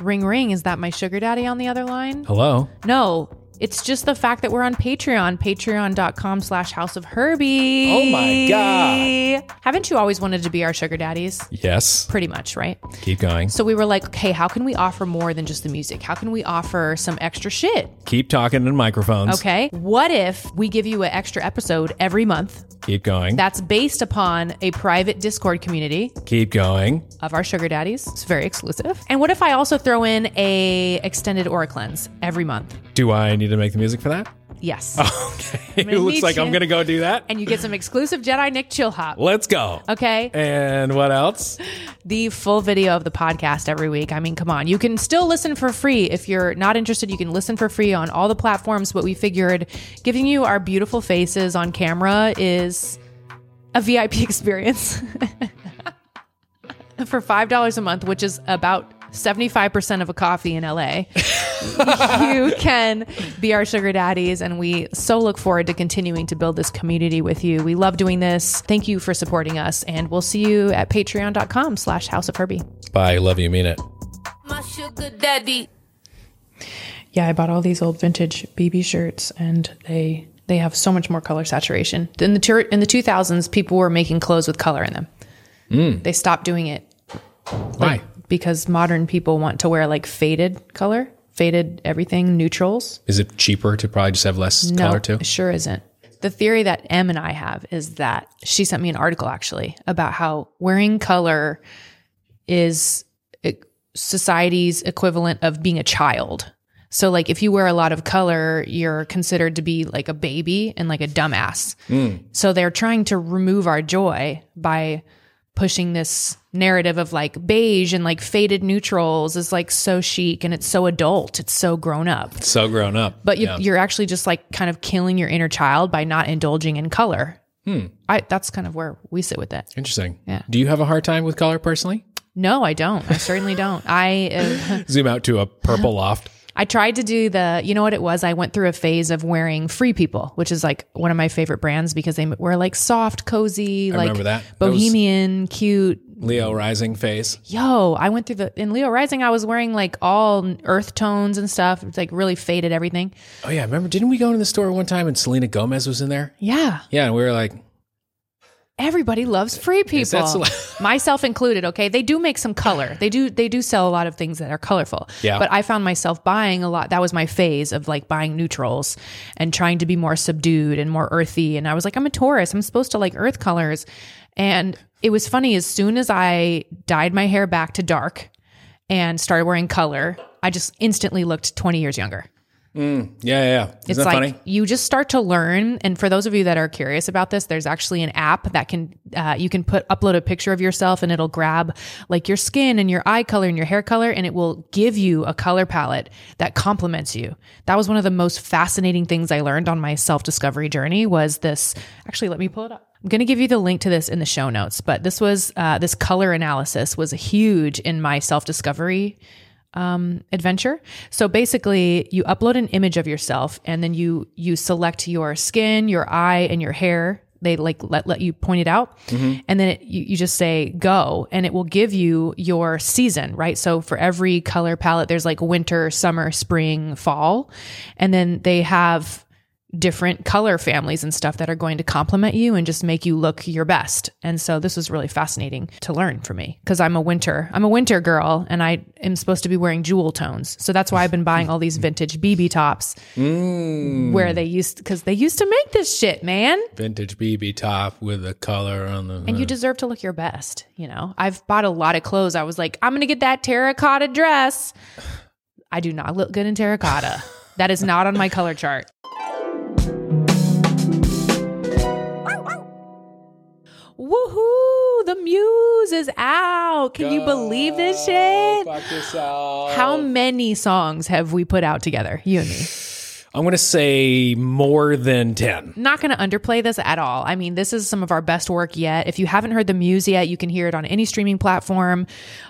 Ring ring, is that my sugar daddy on the other line? Hello. No, it's just the fact that we're on Patreon, patreon.com slash house of Herbie. Oh my God. Haven't you always wanted to be our sugar daddies? Yes. Pretty much, right? Keep going. So we were like, okay, how can we offer more than just the music? How can we offer some extra shit? Keep talking in microphones. Okay. What if we give you an extra episode every month Keep going. that's based upon a private Discord community Keep going. of our sugar daddies? It's very exclusive. And what if I also throw in a extended aura cleanse every month? Do I need to make the music for that? Yes. Okay. gonna it looks need like you. I'm going to go do that. And you get some exclusive Jedi Nick chill hop. Let's go. Okay. And what else? the full video of the podcast every week. I mean, come on. You can still listen for free. If you're not interested, you can listen for free on all the platforms. But we figured giving you our beautiful faces on camera is a VIP experience for $5 a month, which is about 75% of a coffee in LA. you can be our sugar daddies and we so look forward to continuing to build this community with you we love doing this thank you for supporting us and we'll see you at patreon.com slash house of herbie Bye. Love you. Mean it. My sugar daddy. yeah i bought all these old vintage bb shirts and they they have so much more color saturation in the tur- in the 2000s people were making clothes with color in them they stopped doing it Bye. because modern people want to wear like faded color faded everything neutrals Is it cheaper to probably just have less color too? It sure isn't. The theory that Em and I have is that she sent me an article actually about how wearing color is e- society's equivalent of being a child. So like if you wear a lot of color, you're considered to be like a baby and like a dumbass. Hmm. So they're trying to remove our joy by pushing this narrative of like beige and like faded neutrals is like so chic and it's so adult, it's so grown up. So grown up. But you, Yeah. you're actually just like kind of killing your inner child by not indulging in color. Hmm. I, that's kind of where we sit with it. Interesting. Yeah. Do you have a hard time with color personally? No, I don't. I certainly don't. I uh, Zoom out to a purple loft. I tried to do the. You know what it was? I went through a phase of wearing Free People, which is like one of my favorite brands because they wear like soft, cozy, like remember that. That was- bohemian, cute. Leo rising face. Yo, I went through the in Leo Rising. I was wearing like all earth tones and stuff. It's like really faded everything. Oh yeah, remember? Didn't we go into the store one time and Selena Gomez was in there? Yeah, Yeah, and we were like, Everybody loves free people, that myself included. Okay, they do make some color. They do they do sell a lot of things that are colorful. Yeah. But I found myself buying a lot. That was my phase of like buying neutrals and trying to be more subdued and more earthy. And I was like, I'm a Taurus. I'm supposed to like earth colors. And it was funny. As soon as I dyed my hair back to dark and started wearing color, I just instantly looked 20 years younger. yeah, yeah, yeah. Isn't that It's like funny? you just start to learn. And for those of you that are curious about this, there's actually an app that can uh, you can put upload a picture of yourself, and it'll grab like your skin and your eye color and your hair color, and it will give you a color palette that complements you. That was one of the most fascinating things I learned on my self discovery journey. Was this actually? Let me pull it up. I'm going to give you the link to this in the show notes, but this was uh, this color analysis was huge in my self discovery adventure. So basically, you upload an image of yourself and then you you select your skin, your eye, and your hair. They like let, let you point it out. And then it, you, you just say go and it will give you your season, right? So for every color palette, there's like winter, summer, spring, fall. And then they have different color families and stuff that are going to complement you and just make you look your best. And so this was really fascinating to learn for me because I'm a winter, I'm a winter girl and I am supposed to be wearing jewel tones. So that's why I've been buying all these vintage BB tops where they used, because they used to make this shit, man. Vintage BB top with a color on the. And you deserve to look your best. You know, I've bought a lot of clothes. I was like, I'm going to get that terracotta dress. I do not look good in terracotta. that is not on my color chart. Woohoo! The muse is out. Can you believe this shit? How many songs have we put out together, you and me? I'm gonna say more than ten. not going to underplay this at all. I mean, this is some of our best work yet. If you haven't heard the muse yet, you can hear it on any streaming platform.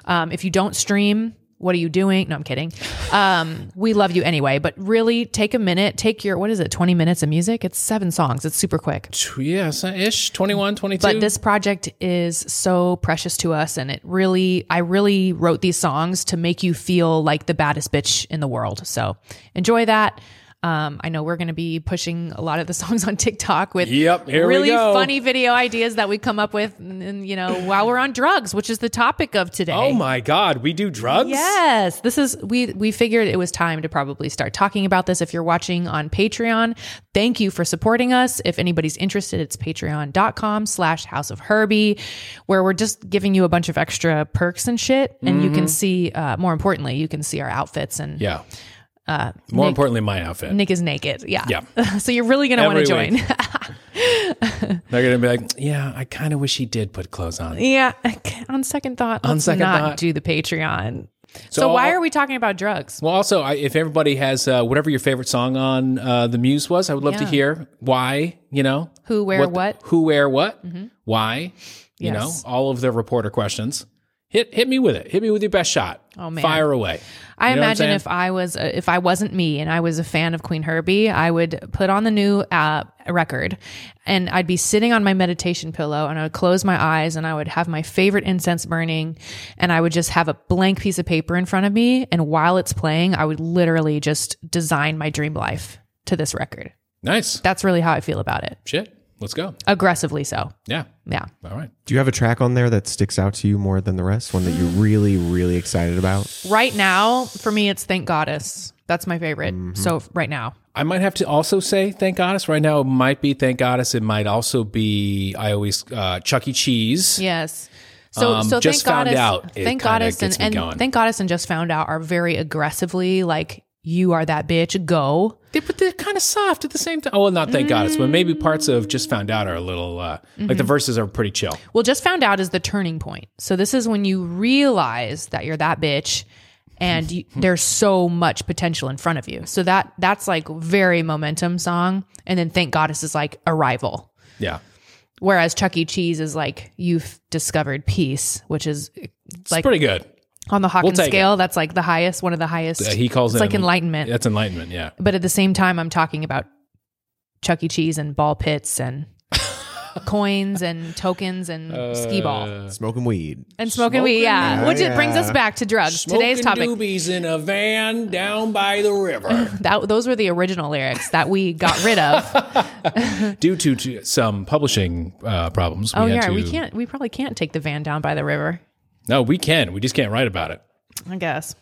Um, if you don't stream, what are you doing? No, I'm kidding. Um, we love you anyway, but really take a minute, take your, what is it, 20 minutes of music? It's seven songs. It's super quick. Tw- Yeah, so- ish. 21, 22. But this project is so precious to us. And it really, I really wrote these songs to make you feel like the baddest bitch in the world. So enjoy that. Um, I know we're going to be pushing a lot of the songs on TikTok with Yep, here we really go. funny video ideas that we come up with, and, and, you know, while we're on drugs, which is the topic of today. oh my God, we do drugs? Yes, this is we we figured it was time to probably start talking about this. If you're watching on Patreon, thank you for supporting us. If anybody's interested, it's patreon.com slash house of Herbie, where we're just giving you a bunch of extra perks and shit. And you can see uh, more importantly, you can see our outfits and Mm-hmm. Yeah. More importantly, my outfit. Uh, Nick is naked. Yeah. Yeah. so you're really gonna want to Every join. week. They're going to be like, yeah, I kind of wish he did put clothes on. yeah. On second thought, let's second not thought. do the Patreon. So, So why I'll- are we talking about drugs? Well, also, I, if everybody has uh, whatever your favorite song on uh, the Muse was, I would love to Yeah. hear why. You know, Who, where, what? Mm-hmm. who, where, what, why. You Yes. know, all of the reporter questions. Hit hit me with it. Hit me with your best shot. Oh, man. fire away. I You know what I'm imagine saying? if I was uh, if I wasn't me and I was a fan of Queen Herbie, I would put on the new uh, record, and I'd be sitting on my meditation pillow, and I would close my eyes, and I would have my favorite incense burning, and I would just have a blank piece of paper in front of me, and while it's playing, I would literally just design my dream life to this record. Nice That's really how I feel about it, shit. Let's go. aggressively so. Yeah. Yeah. All right. Do you have a track on there that sticks out to you more than the rest? One that you're Mm. really, really excited about? Right now, for me, it's Thank Goddess. That's my favorite. Mm-hmm. So right now, I might have to also say thank goddess. Right now, it might be thank goddess. It might also be I always uh, Chuck E. Cheese. Yes. So, Um, so thank Just Found goddess, Out, it thank kinda goddess, gets and, me and going. thank goddess, and just found out are very aggressively like you are that bitch. Go. They, but they're kind of soft at the same time. Oh, well, not thank goddess, but Mm. maybe parts of just found out are a little uh, like Mm-hmm. the verses are pretty chill. Well, just found out is the turning point. So this is when you realize that you're that bitch, and you, there's so much potential in front of you. So that that's like very momentum song, and then thank goddess is like arrival. Yeah. Whereas Chuck E. Cheese is like you've discovered peace, which is like it's pretty good. on the Hawkins take it. scale, that's like the highest, one of the highest. Uh, he calls it's it like enlightenment. That's enlightenment. Yeah. but at the same time i'm talking about chuck e cheese and ball pits and coins and tokens and skee ball Smoking weed. and smoking weed yeah weed. which it brings us back to drugs today's topic Doobies in a van down by the river that, those were the original lyrics that we got rid of due to, to some publishing uh, problems. We oh had yeah to, we can't we probably can't take the van down by the river No, we can. We just can't write about it. i guess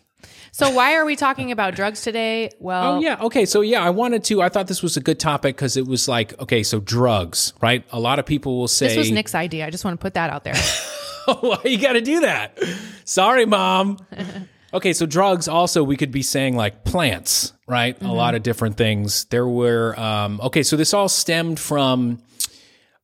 so why are we talking about drugs today well Oh yeah, okay. So yeah, I wanted to. I thought this was a good topic because it was like, okay, so drugs, right? A lot of people will say, this was nick's idea i just want to put that out there "Why you got to do that?" Sorry, mom. okay, so drugs. Also, we could be saying like plants, right? A Mm-hmm. lot of different things. There were um, okay, so this all stemmed from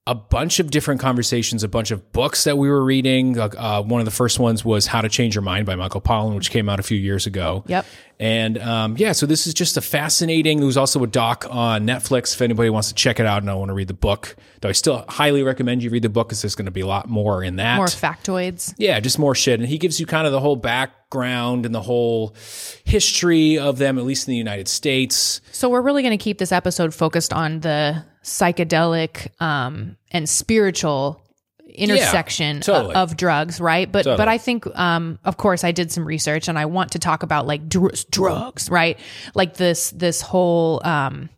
a bunch of different conversations, a bunch of books that we were reading. Like, Uh, one of the first ones was How to Change Your Mind by Michael Pollan, which came out a few years ago. Yep. And um, yeah, so this is just a fascinating. There was also a doc on Netflix if anybody wants to check it out and I want to read the book. Though I still highly recommend you read the book because there's going to be a lot more in that. more factoids Yeah, just more shit. And he gives you kind of the whole background and the whole history of them, at least in the United States. So we're really going to keep this episode focused on the psychedelic um, and spiritual intersection totally. of, of drugs, right? But but I think, um, of course, I did some research and I want to talk about like dr- drugs, right? Like this this whole um,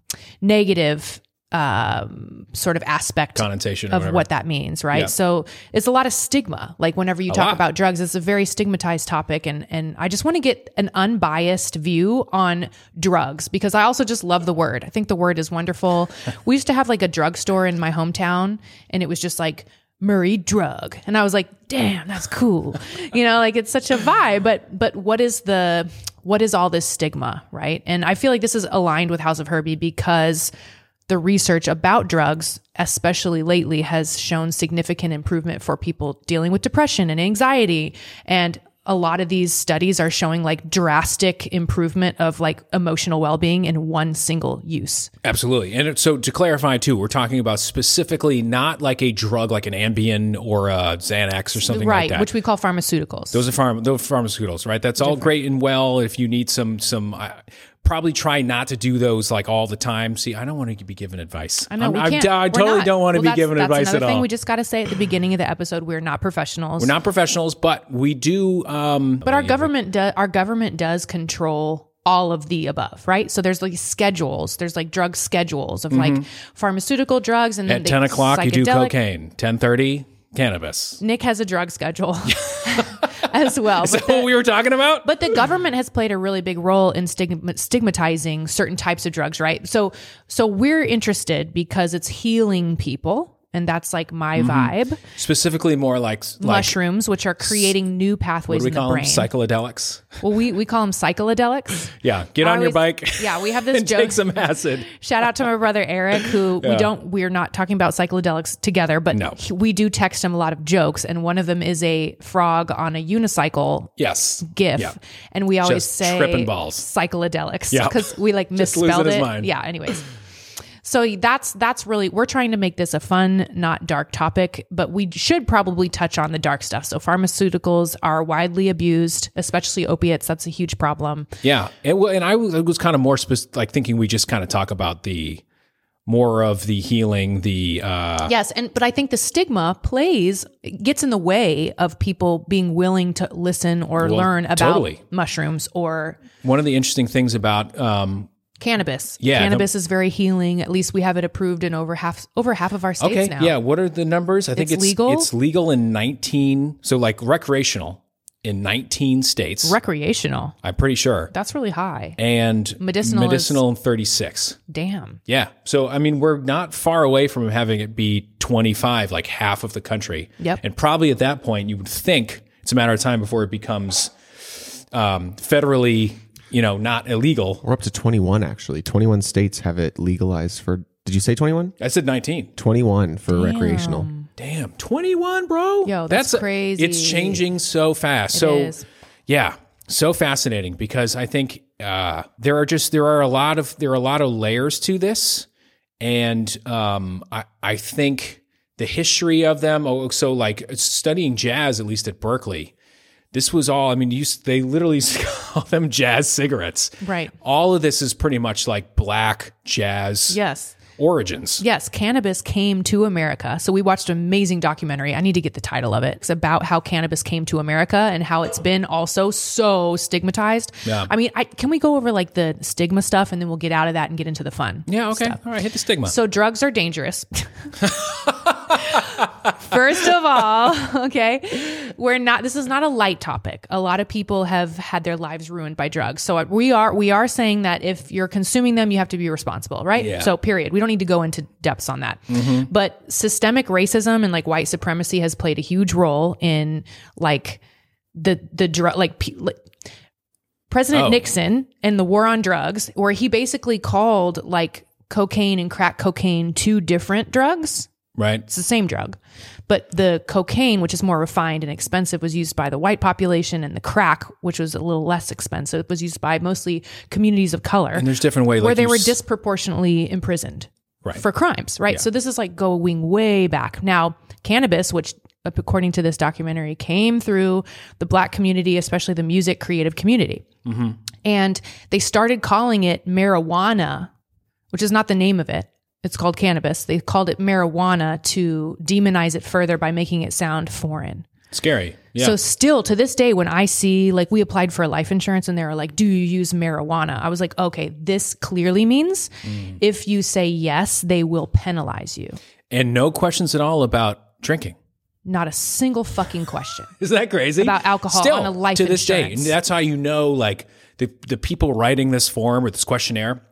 negative um, sort of aspect Connotation or of whatever. what that means, right? So it's a lot of stigma. Like whenever you talk lot. about drugs, it's a very stigmatized topic, and and I just want to get an unbiased view on drugs because I also just love the word. I think the word is wonderful. we used to have like a drugstore in my hometown, and it was just like. Murray drug. And I was like, damn, that's cool. You know, like it's such a vibe, but but what is the what is all this stigma, right? And I feel like this is aligned with House of Herbie because the research about drugs, especially lately, has shown significant improvement for people dealing with depression and anxiety and a lot of these studies are showing like drastic improvement of like emotional well-being in one single use. Absolutely. And it- so to clarify too, we're talking about specifically not like a drug like an Ambien or a Xanax or something like right, that. which we call pharmaceuticals. those are pharma, those pharmaceuticals, right? That's all great and well. If you need some, some, uh, probably try not to do those like all the time. See, I don't want to be given advice. I know I'm- we I'm- can't. I We're totally not. don't want to Well, be that's- given that's advice another at thing all. We just got to say at the beginning of the episode, we're not professionals. We're not professionals, but we do. Um, But our government does our government does control all of the above, right? So there's like schedules. There's like drug schedules of like pharmaceutical drugs, and then Mm-hmm. at they- ten o'clock you do psychedelic- cocaine. Ten thirty cannabis. Nick has a drug schedule as well. Is that what we were talking about? But the government has played a really big role in stigma- stigmatizing certain types of drugs, right? So, so we're interested because it's healing people, and that's like my Mm-hmm. vibe. Specifically, more like like Mushrooms, which are creating new pathways what do we in the call them? brain. Psychedelics. well, we we call them psychedelics. Yeah, get I on your always- bike. yeah, we have this and joke. take some acid. Shout out to my brother Eric, who we don't, we're not talking about psychedelics together, but No. he- we do text him a lot of jokes. And one of them is a frog on a unicycle Yes. gif. Yeah. And we always Just say tripping balls. psychedelics Yeah. because we like losing misspelled his it. mind. Yeah. Anyways. So that's that's really we're trying to make this a fun, not dark topic, but we should probably touch on the dark stuff. So pharmaceuticals are widely abused, especially opiates. That's a huge problem. Yeah, and well, and I was, I was kind of more specific, like thinking we just kind of talk about the more of the healing, the uh, Yes, and but I think the stigma plays gets in the way of people being willing to listen or learn about totally. mushrooms or one of the interesting things about um, cannabis. Yeah, cannabis is very healing. At least we have it approved in over half over half of our states okay, now. yeah. What are the numbers? I think It's it's legal? It's legal in nineteen, so like recreational in nineteen states. recreational. I'm pretty sure, That's really high. and Medicinal is- medicinal in thirty six. Damn. Yeah, so I mean, we're not far away from having it be twenty five, like half of the country. Yep. and probably at that point, you would think it's a matter of time before it becomes um, federally, you know, not illegal. We're up to 21, actually. 21 states have it legalized for, did you say 21? I said 19. 21 for recreational. Damn, 21, bro. Yo, that's crazy. It's changing so fast. so is. yeah, so fascinating because I think uh, there are just there are a lot of there are a lot of layers to this, and um, I I think the history of them. Oh, so like studying jazz, at least at Berkeley. This was all. I mean, you, s- they literally call them jazz cigarettes. Right. All of this is pretty much like black jazz Yes. origins. Yes, cannabis came to America. So we watched an amazing documentary. I need to get the title of it. It's about how cannabis came to America and how it's been also so stigmatized. Yeah. I mean, I, can we go over like the stigma stuff and then we'll get out of that and get into the fun? Yeah. Okay. All right. Hit the stigma. So drugs are dangerous. First of all, okay, we're not. This is not a light topic. A lot of people have had their lives ruined by drugs. So we are we are saying that if you're consuming them, you have to be responsible, right? Yeah. So period. We don't need to go into depths on that. But systemic racism and like white supremacy has played a huge role in like the the drug like. pe- like President Oh. Nixon and the war on drugs, where he basically called like cocaine and crack cocaine two different drugs. right. It's the same drug, but the cocaine, which is more refined and expensive, was used by the white population, and the crack, which was a little less expensive, was used by mostly communities of color, And there's different ways where they were just disproportionately imprisoned Right. for crimes, right? So this is like going way back. Now, cannabis, which uh, according to this documentary came through the black community, especially the music creative community. And they started calling it marijuana, which is not the name of it. It's called cannabis. They called it marijuana to demonize it further by making it sound foreign. scary. Yeah. So still to this day, when I see like we applied for life insurance and they were like, "Do you use marijuana?" I was like, "Okay, this clearly means if you say yes, they will penalize you." and no questions at all about drinking. Not a single fucking question. Is that crazy? About alcohol Still, on a life to this insurance. day. And that's how you know, like the the people writing this form or this questionnaire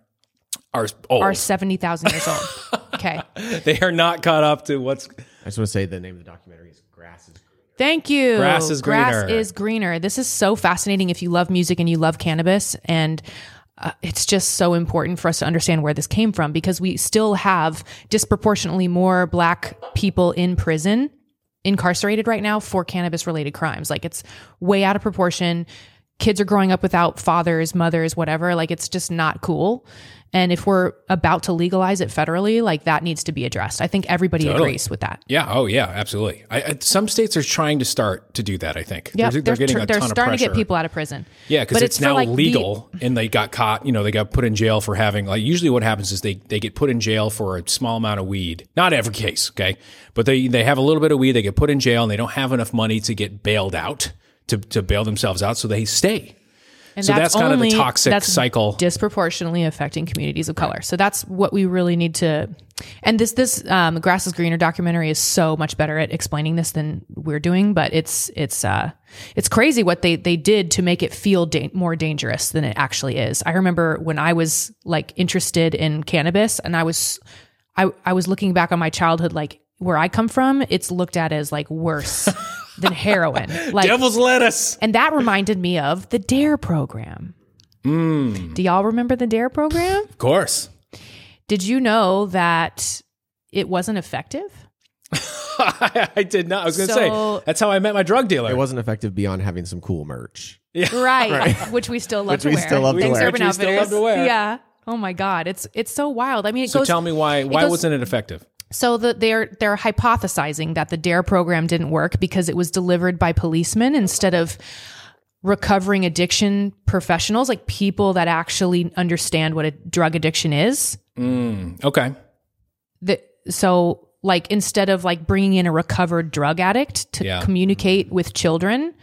are old. Are seventy thousand years old? Okay, they are not caught up to what's. I just want to say the name of the documentary is Grass is thank you. Grass is greener. Grass is greener. This is so fascinating. If you love music and you love cannabis, and uh, it's just so important for us to understand where this came from because we still have disproportionately more Black people in prison incarcerated right now for cannabis related crimes. Like it's way out of proportion. Kids are growing up without fathers, mothers, whatever. Like it's just not cool. And if we're about to legalize it federally, like that needs to be addressed. I think everybody agrees with that. Yeah. Oh, yeah. Absolutely. I, I, some states are trying to start to do that. I think. Yeah, They're, they're, they're getting tr- a they're ton starting of pressure. to get people out of prison. Yeah, because But it's, for, now like, the- legal, and they got caught. You know, they got put in jail for having like. Usually, what happens is they they get put in jail for a small amount of weed. Not every case, okay, but they they have a little bit of weed. They get put in jail, and they don't have enough money to get bailed out to to bail themselves out, so they stay. and so that's kind of the only- toxic that's cycle. disproportionately affecting communities of color. So that's what we really need to. And this this um, grass is greener documentary is so much better at explaining this than we're doing. But it's it's uh it's crazy what they they did to make it feel da- more dangerous than it actually is. I remember when I was like interested in cannabis, and I was I I was looking back on my childhood like. Where I come from, it's looked at as like worse than heroin. Like Devil's lettuce. and that reminded me of the DARE program. Mm. Do y'all remember the DARE program? Of course. Did you know that it wasn't effective? I, did not. I was going to So- say that's how I met my drug dealer. It wasn't effective beyond having some cool merch. Right. Which we still love Which to we wear. still love to Thanks, wear. Urban Which we still Outfitters. love to wear. Yeah. Oh my God. It's it's so wild. I mean it so goes tell me why why goes- wasn't it effective? So the, they're they're hypothesizing that the Dare program didn't work because it was delivered by policemen instead of recovering addiction professionals, like people that actually understand what a drug addiction is. Okay. The, so like instead of like bringing in a recovered drug addict to Yeah. communicate with children,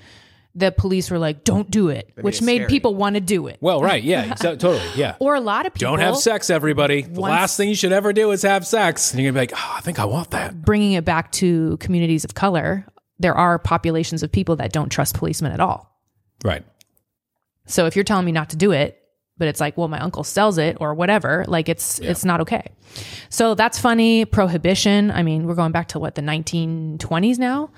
the police were like, "Don't do it," which made people want to do it. Well, right. Yeah. So, totally. Yeah. or a lot of people Don't have sex, everybody. The Once- last thing you should ever do is have sex. And you're gonna be like, oh, I think I want that. bringing it back to communities of color, there are populations of people that don't trust policemen at all. Right. So if you're telling me not to do it, but it's like, well, my uncle sells it or whatever, like it's it's not okay. So that's funny. Prohibition. I mean, we're going back to what the 1920s now.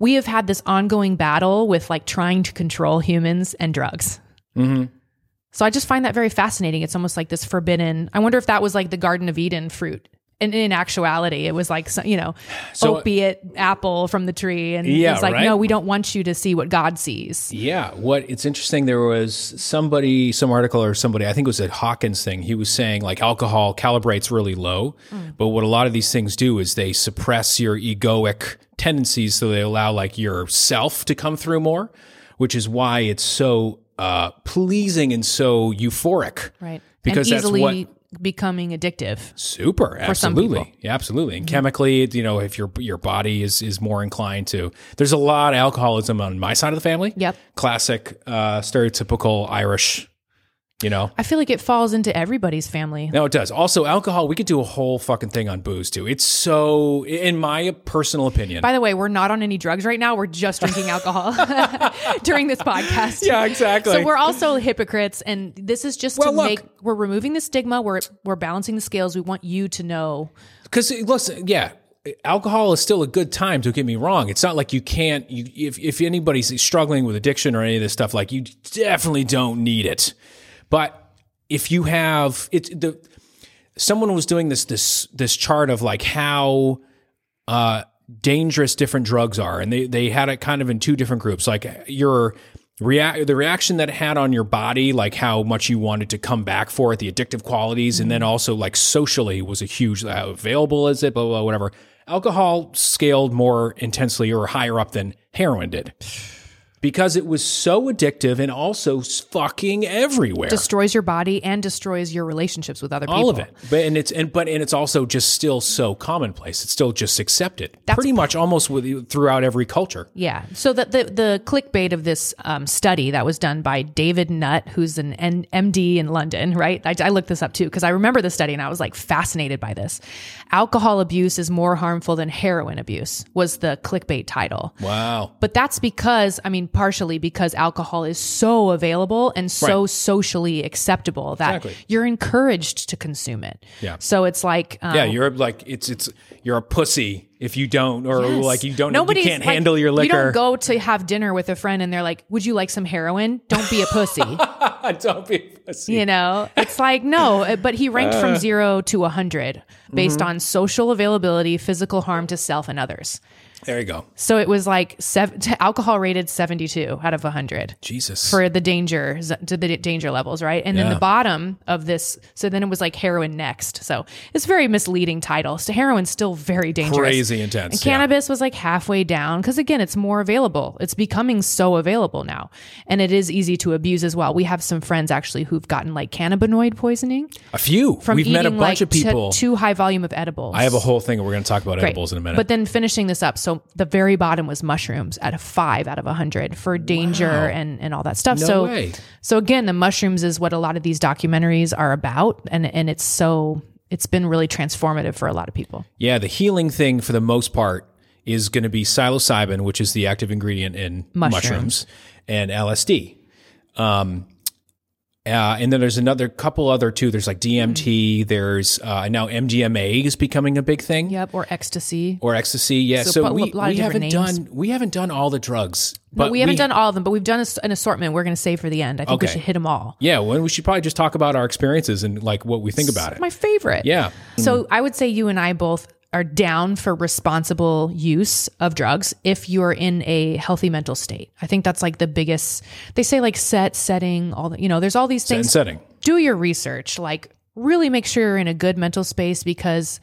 We have had this ongoing battle with like trying to control humans and drugs. Mm-hmm. So I just find that very fascinating. It's almost like this forbidden. I wonder if that was like the Garden of Eden fruit. And in actuality, it was like, so- you know, So- uh, opiate apple from the tree. And Yeah, it's like, right? no, we don't want you to see what God sees. Yeah. What it's interesting, there was somebody, some article or somebody, I think it was a Hawkins thing. He was saying like alcohol calibrates really low, but what a lot of these things do is they suppress your egoic tendencies, so they allow like your self to come through more, which is why it's so uh, pleasing and so euphoric. right Because and that's easily what becoming addictive Super, some absolutely, people. Mm-hmm. yeah, absolutely. And chemically, you know, if your your body is is more inclined to, there's a lot of alcoholism on my side of the family. Yep. classic, uh, stereotypical Irish. You know, i feel like it falls into everybody's family no, it does. Also, alcohol, we could do a whole fucking thing on booze too. It's so, in my personal opinion, by the way we're not on any drugs right now we're just drinking alcohol during this podcast yeah, exactly. so we're also hypocrites and this is just Well, to look. make we're removing the stigma we're we're balancing the scales we want you to know Because listen, yeah, alcohol is still a good time. Don't get me wrong. It's not like you can't. You, if if anybody's struggling with addiction or any of this stuff, like you definitely don't need it. But if you have it, the someone was doing this this this chart of like how uh, dangerous different drugs are, and they they had it kind of in two different groups. Like your react, the reaction that it had on your body, like how much you wanted to come back for it, the addictive qualities, and then also like socially was a huge how available is it, blah blah whatever. Alcohol scaled more intensely or higher up than heroin did. Because it was so addictive and also s- fucking everywhere destroys your body and destroys your relationships with other people all of it but and it's and but and it's also just still so commonplace it's still just accepted pretty much almost with, throughout every culture Yeah. So that the the clickbait of this um, study that was done by David Nutt, who's an N- MD in London, right? I, I looked this up too because I remember the study and I was like fascinated by this. Alcohol abuse is more harmful than heroin abuse was the clickbait title. wow But that's because, I mean, partially because alcohol is so available and so Right. socially acceptable that Exactly. you're encouraged to consume it. Yeah. So it's like, um, yeah you're like it's it's you're a pussy if you don't or Yes. like you don't Nobody's you can't like- handle your You liquor don't go to have dinner with a friend and they're like, "Would you like some heroin?" Don't be a Oh pussy. don't be a pussy you know, it's like no. uh, But he ranked Uh. from Mm-hmm. zero to a hundred based on social availability, physical harm to self and others. There you go. So it was like sev- t- alcohol rated 72 out of 100 Jesus. for the danger z- to the danger levels, right? And then Yeah. the bottom of this, so then it was like heroin next. So it's a very misleading title. So heroin's still very dangerous, Crazy intense, And yeah. cannabis was like halfway down because again, it's more available. It's becoming so available now, and it is easy to abuse as well. We have some friends actually who've gotten like cannabinoid poisoning a few. from We've eating met a bunch like of people. t- too high volume of edibles. I have a whole thing, and we're going to talk about edibles in a minute. But then finishing this up, so the very bottom was mushrooms at a five out of a hundred for danger and, and all that stuff. No so way. so again, the mushrooms is what a lot of these documentaries are about, and and it's so it's been really transformative for a lot of people. yeah, the healing thing for the most part is going to be psilocybin, which is the active ingredient in mushrooms, Mushrooms. and LSD. Um, uh, and then there's another couple other too. There's like DMT. Mm-hmm. There's uh, now MDMA is becoming a big thing. Yep, or ecstasy. Or ecstasy, yeah. So So, a we, lot of we haven't different names. done we haven't done all the drugs, But we haven't done all of them, but we've done a s an assortment. We're going to save for the end. I think we Okay. should hit them all. Yeah, well, we should probably just talk about our experiences and like what we think about it. My favorite. Yeah. So I would say you and I both are down for responsible use of drugs if you're in a healthy mental state. I think that's like the biggest they say like set, setting, all the you know, there's all these and things. setting. Do your research. Like really make sure you're in a good mental space because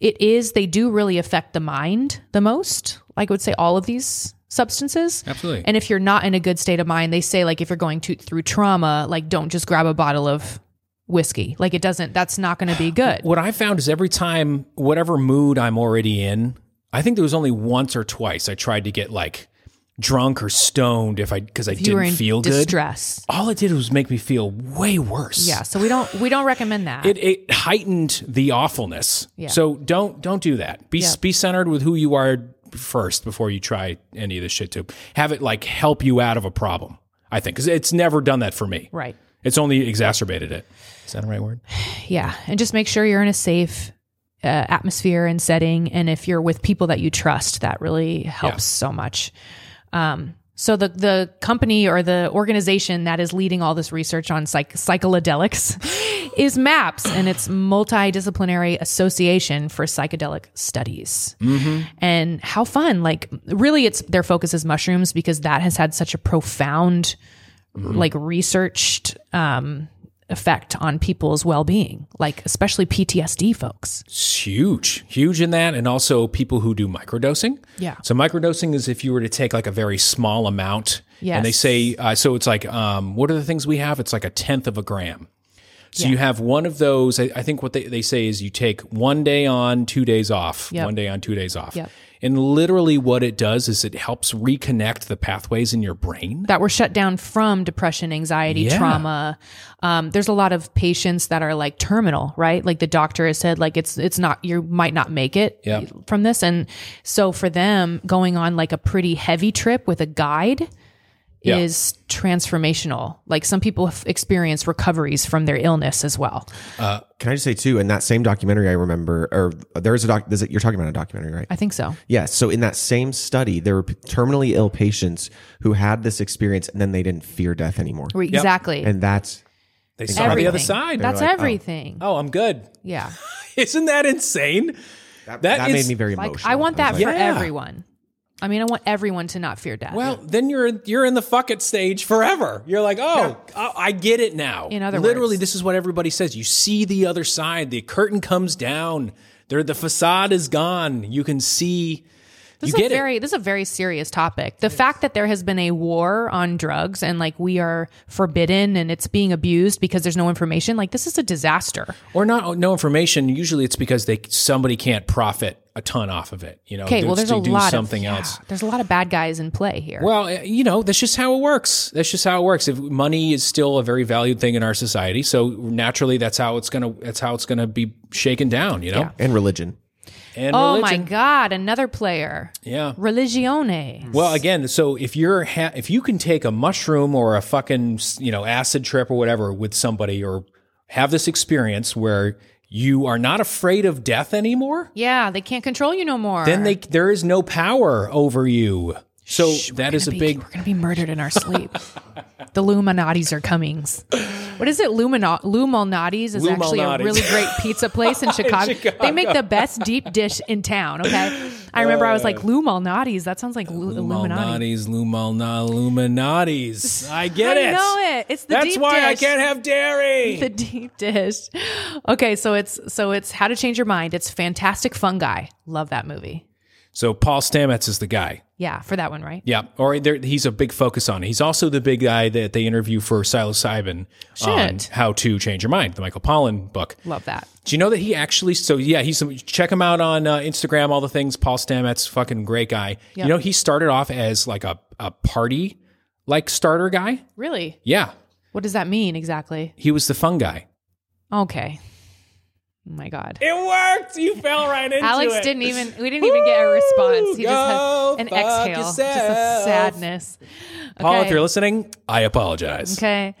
it is they do really affect the mind the most. Like I would say all of these substances. Absolutely. And if you're not in a good state of mind, they say like if you're going to through trauma, like don't just grab a bottle of whiskey. Like it doesn't that's not going to be good. What I found is every time, whatever mood I'm already in, I think there was only once or twice I tried to get like drunk or stoned if I because I you were in didn't feel good. distress. All it did was make me feel way worse. Yeah, so we don't we don't recommend that. It, it heightened the awfulness. Yeah. So don't don't do that. Be Yeah. be centered with who you are first before you try any of this shit to have it like help you out of a problem. I think because it's never done that for me. right. It's only exacerbated it. Is that the right word? Yeah, and just make sure you're in a safe uh, atmosphere and setting and if you're with people that you trust, that really helps so much. Um so the the company or the organization that is leading all this research on psych- psychedelics is MAPS and it's Multidisciplinary Association for Psychedelic Studies. and how fun like really it's their focus is mushrooms because that has had such a profound like researched um effect on people's well-being like especially ptsd folks It's huge, huge in that, and also people who do microdosing. Yeah. So microdosing is if you were to take like a very small amount. And they Yes. say uh, so. It's like um, what are the things we have? It's like a tenth of a gram. So you have one of those. I, I think what they, they say is you take one day on, two days off. Yep. One day on, two days off. Yep. And literally, what it does is it helps reconnect the pathways in your brain. that were shut down from depression anxiety Yeah. trauma um, there's a lot of patients that are like terminal right like the doctor has said like it's it's not you might not make it Yeah. from this and so for them going on like a pretty heavy trip with a guide Yeah. is transformational. Like some people have experienced recoveries from their illness as well. Can I just say too? In that same documentary, I remember, or there is a doc. There's a, you're talking about a documentary, right? I think so. Yeah. So in that same study, there were p- terminally ill patients who had this experience, and then they didn't fear death anymore. Exactly. And that's They saw the other Everything. side. That's like, oh. everything. oh, I'm good. Yeah. Isn't that insane? that, That that, is- made me very Like emotional. I want that was for like, Yeah. everyone. I mean, I want everyone to not fear death. Well, then you're you're in the fuck it stage forever. You're like, oh, I, I get it now. In other literally, words. this is what everybody says. You see the other side. The curtain comes down. There, the facade is gone. You can see. this is you a get it. very this is a very serious topic. The fact that there has been a war on drugs and like we are forbidden and it's being abused because there's no information, like this is a disaster. or not oh, no information. Usually, it's because they somebody can't profit a ton off of it. You know, Okay, well They- there's they a do lot something of, yeah, else. there's a lot of bad guys in play here. Well, uh, you know, that's just how it works. That's just how it works. If money is still a very valued thing in our society, so naturally, that's how it's gonna that's how it's gonna be shaken down. You know, Yeah. and religion. and oh religion. my god, another player. yeah. Religione. Well, again, so if you're ha- if you can take a mushroom or a fucking you know acid trip or whatever with somebody or have this experience where you are not afraid of death anymore, Yeah, they can't control you no more. then they there is no power over you. So that is a big We're gonna be murdered in our sleep. the Luminati's are coming. What is it? Lumina- Luminati's is actually a Luminati's. really great pizza place in Chicago. They make the best deep dish in town. Okay, I remember I was Uh, like, Lou Malnati's. That sounds like Lu- Illuminati. Malnati's, Lou Malna, Illuminati's. I get I it. know it. It's the That's deep why I dish. can't have dairy. The deep dish. Okay, so it's so it's How to Change Your Mind. It's Fantastic Fungi. Love that movie. so Paul Stamets is the guy. Yeah, for that one, right? Yeah, or there, he's a big focus on. it. He's also the big guy that they interview for psilocybin on Shit. how to change your mind, the Michael Pollan book. Love that. Do you know that he actually? So yeah, he's check him out on uh, Instagram. All the things. Paul Stamets, fucking great guy. You know, he started off as like a a party like starter guy. Really? Yeah, What does that mean exactly? he was the fun guy. Okay. Oh my God. It worked. You fell right into Alex didn't even. We didn't even get a response. He just go had an fuck exhale, just a yourself. sadness. Paul, if Okay. you're listening, I apologize. Okay.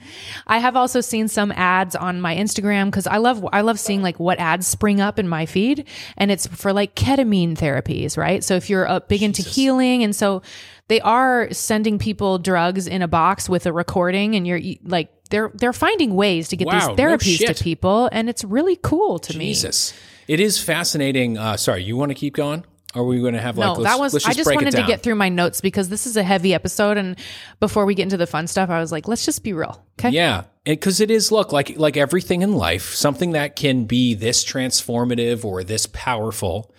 I have also seen some ads on my Instagram because I love I love seeing like what ads spring up in my feed, and it's for like ketamine therapies, right? So if you're uh, big into healing, and so they are sending people drugs in a box with a recording, and you're like they're they're finding ways to get Wow, no these therapies shit. to people, and it's really cool to me. Jesus, it is fascinating. Uh, sorry, you want to keep going? Or are we going to have like? No, let's, that was. Let's I just just break it wanted to down. get through my notes because this is a heavy episode, and before we get into the fun stuff, I was like, let's just be real, okay? Yeah, because it is look like like everything in life, something that can be this transformative or this powerful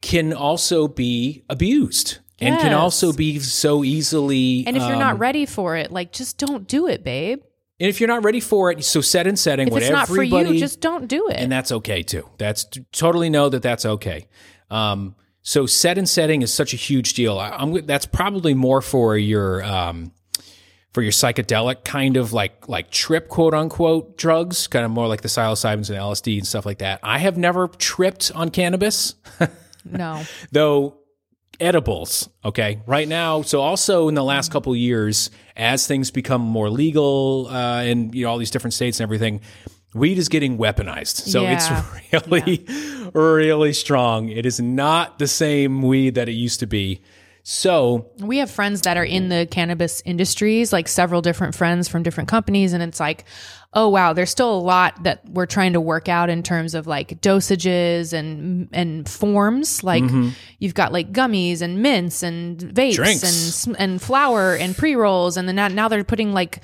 can also be abused and can Yes. also be so easily. And if you're um, not ready for it, like just don't do it, babe. and if you're not ready for it, so set and setting. If what it's not for everybody you, just don't do it. and that's okay too. That's t- totally know that that's okay. Um, so set and setting is such a huge deal. I, I'm g- that's probably more for your um, for your psychedelic kind of like like trip quote unquote drugs, kind of more like the psilocybins and LSD and stuff like that. I have never tripped on cannabis no, though edibles okay right now so also in the last couple years as things become more legal uh, in you know all these different states and everything weed is getting weaponized so Yeah. it's really really strong it is not the same weed that it used to be so we have friends that are in the cannabis industries, like several different friends from different companies, and it's like, oh wow, there's still a lot that we're trying to work out in terms of like dosages and and forms. Like you've got like gummies and mints and vapes Mm-hmm. Drinks. and s- and flour and pre rolls, and then now, now they're putting like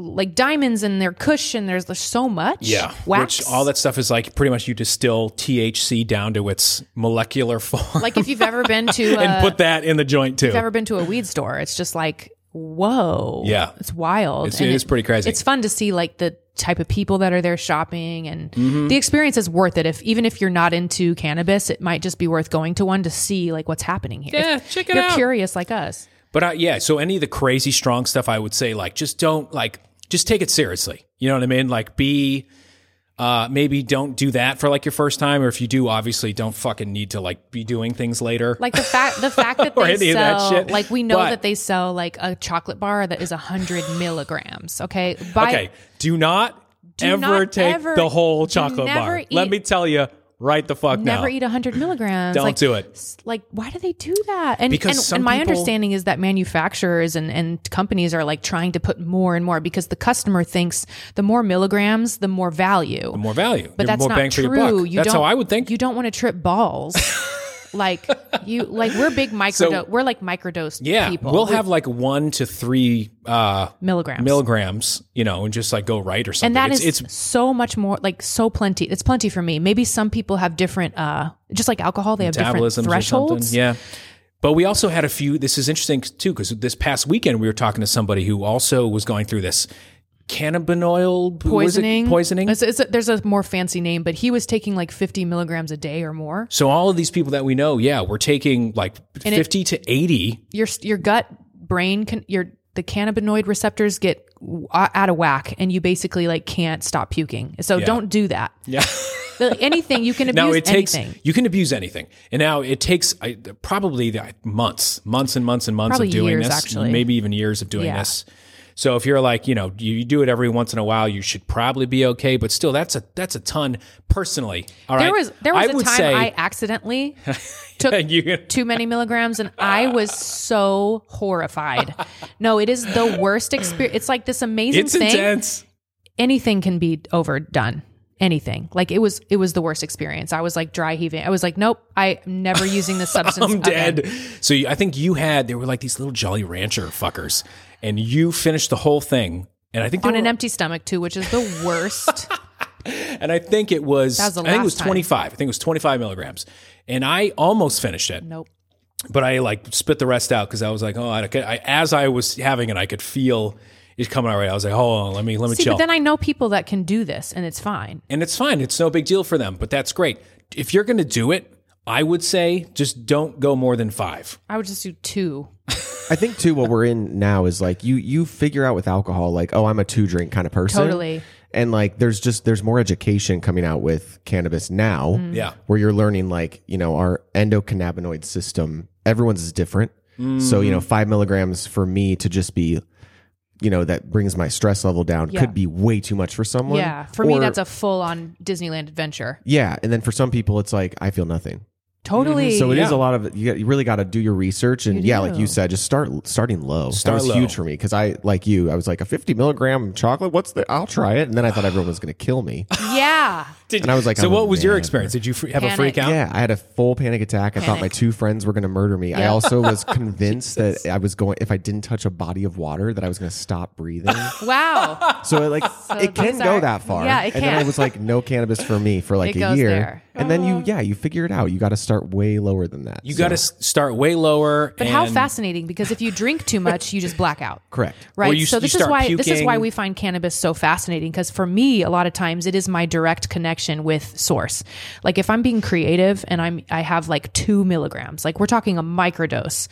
like diamonds in their cushion. There's there's so much. wax. which all that stuff is like pretty much you distill thc down to its molecular form Like if you've ever been to uh, and put that in the joint too you've ever been to a weed store, it's just like, whoa. Yeah. It's wild. It's- And it is pretty crazy. It's fun to see like the type of people that are there shopping and Mm-hmm. the experience is worth it. If even if you're not into cannabis, it might just be worth going to one to see like what's happening here. Yeah, If check it you're out. curious like us. But I, yeah, so any of the crazy strong stuff, I would say like just don't like just take it seriously. You know what I mean? Like be uh maybe don't do that for like your first time, or if you do, obviously don't fucking need to like be doing things later. Like the fact the fact that Or they any of that sell shit. like we know But- that they sell like a chocolate bar that is hundred milligrams. Okay. By, okay, do not ever not take ever- the whole do chocolate never bar. Let eat- me tell you, right the fuck never now. eat 100 milligrams. Don't like, do it. s- Like, why do they do that? And, Because and, some and my people- understanding is that manufacturers and, and companies are like trying to put more and more because the customer thinks the more milligrams, the more value. more value, but that's more not bang true. for your buck. You that's don't, how I would think. You don't want to trip balls. like you, like we're big microdose. So- we're like microdose yeah, people. we'll have like one to three uh milligrams. milligrams, you know, and just like go right or and something. that it's, is it's so much more like so plenty. It's plenty for me. Maybe some people have different, uh, just like alcohol, they have different metabolisms or something. thresholds. Yeah. But we also had a few. This is interesting too, because this past weekend we were talking to somebody who also was going through this cannabinoid poisoning. Poisoning. It's- it's a- there's a more fancy name, but he was taking like 50 milligrams a day or more. So all of these people that we know, yeah, we're taking like And it- fifty to eighty. Your your gut brain can your the cannabinoid receptors get w- out of whack, and you basically like can't stop puking. So don't do that. Yeah. Like, anything you can abuse. Now it takes anything. you can abuse anything, and now it takes I, probably the- months, months and months and months Probably of doing years, this, actually. maybe even years of doing Yeah. this. So if you're like you know you, you do it every once in a while, you should probably be okay. But still, that's a that's a ton personally. All right, There was there was I a would time say, I accidentally took you, too many milligrams and I was so horrified. No, it is the worst experience. It's like this amazing it's thing. intense. Anything can be overdone. anything. Like it was, it was the worst experience. I was like dry heaving. I was like, nope, I'm never using this substance. I'm again. dead. So you, I think you had, they were like these little Jolly Rancher fuckers, and you finished the whole thing. And I think they on an were- empty stomach too, which is the worst. and I think it was, was the I think it last was time. 25. I think it was 25 milligrams. And I almost finished it. nope. but I like spit the rest out because I was like, oh, I, could- I, as I was having it, I could feel it coming out right. I was like, hold on, let me let me See, chill. but then I know people that can do this, and it's fine. and it's fine; it's no big deal for them. But that's great. If you're gonna do it, I would say just don't go more than five. I would just do two. I think too what we're in now is like you you figure out with alcohol like oh I'm a two drink kind of person Totally. and like there's just there's more education coming out with cannabis now Mm. Mm-hmm. Yeah. where you're learning like you know our endocannabinoid system everyone's is different so you know five milligrams for me to just be you know that brings my stress level down Yeah. could be way too much for someone Yeah, for me, Or- that's a full-on Disneyland adventure. yeah and then for some people it's like I feel nothing Totally. so it is Yeah. a lot of you, got- you really got to do your research and yeah, like do. you said, just start starting low. Start that was low. huge for me because I like you. I was like a fifty milligram chocolate. What's the? I'll try it, and then I thought everyone was going to kill me. yeah. Did, And I was like, so I'm a what was your man. experience? Did you fr- have a Panic. freak out? Yeah, I had a full panic attack. I thought my Panic. two friends were going to murder me. I Yeah. also was convinced that I was going if I didn't touch a body of water that I was going to stop breathing. Wow. So it, like it can these go are- that far. Yeah, it And then I can. was like, no cannabis for me for like It a goes year. there. Oh. And then you yeah you figure it out. You got to start way lower than that. You So- got to s- start way lower. But how and- fascinating! Because if you drink too much, you just black out. correct. Or Right. you- so you this is start why this is why puking. we find cannabis so fascinating because for me a lot of times it is my direct connection with source. Like if I'm being creative and I'm I have like 2 milligrams, like we're talking a microdose.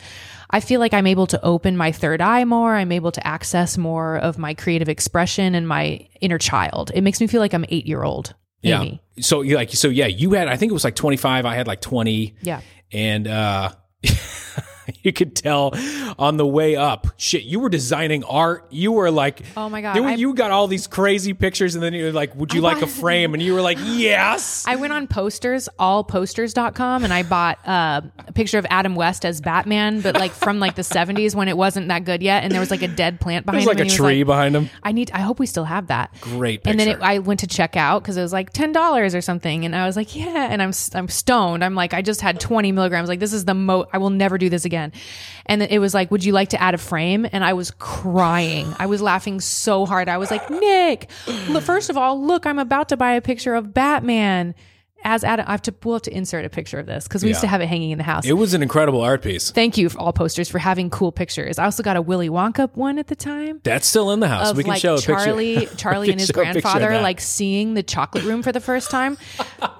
I feel like I'm able to open my third eye more, I'm able to access more of my creative expression and my inner child. It makes me feel like I'm 8-year-old. Yeah. Amy. So you like so yeah, you had I think it was like 25, I had like 20. Yeah. And uh you could tell on the way up. Shit, you were designing art. You were like Oh my God, there were- I- you got all these crazy pictures and then you were like, "Would you like a frame?" and you were like, "Yes." I went on posters, allposters.com, and I bought uh, a picture of Adam West as Batman, but like from like the 70s when it wasn't that good yet. And there was like a dead plant behind him. There's like a and he was tree behind him. I need, I hope we still have that. Great And then it, picture. I went to check out because it was like $10 or something. And I was like, yeah. And I'm, I'm stoned. I'm like, I just had 20 milligrams. Like, this is the mo, I will never do this again. And then it was like, would you like to add a frame? And I was crying. I was laughing so hard. I was like, Nick, look, first of all, look, I'm about to buy a picture of Batman. As Adam, I have to, we'll have to insert a picture of this because we used to have it hanging in the house. It was an incredible art piece. Thank you, for all posters, for having cool pictures. I also got a Willy Wonka one at the time That's still in the house. of we can like show a Charlie, picture. Charlie We and can his show a picture of grandfather that. like seeing the chocolate room for the first time.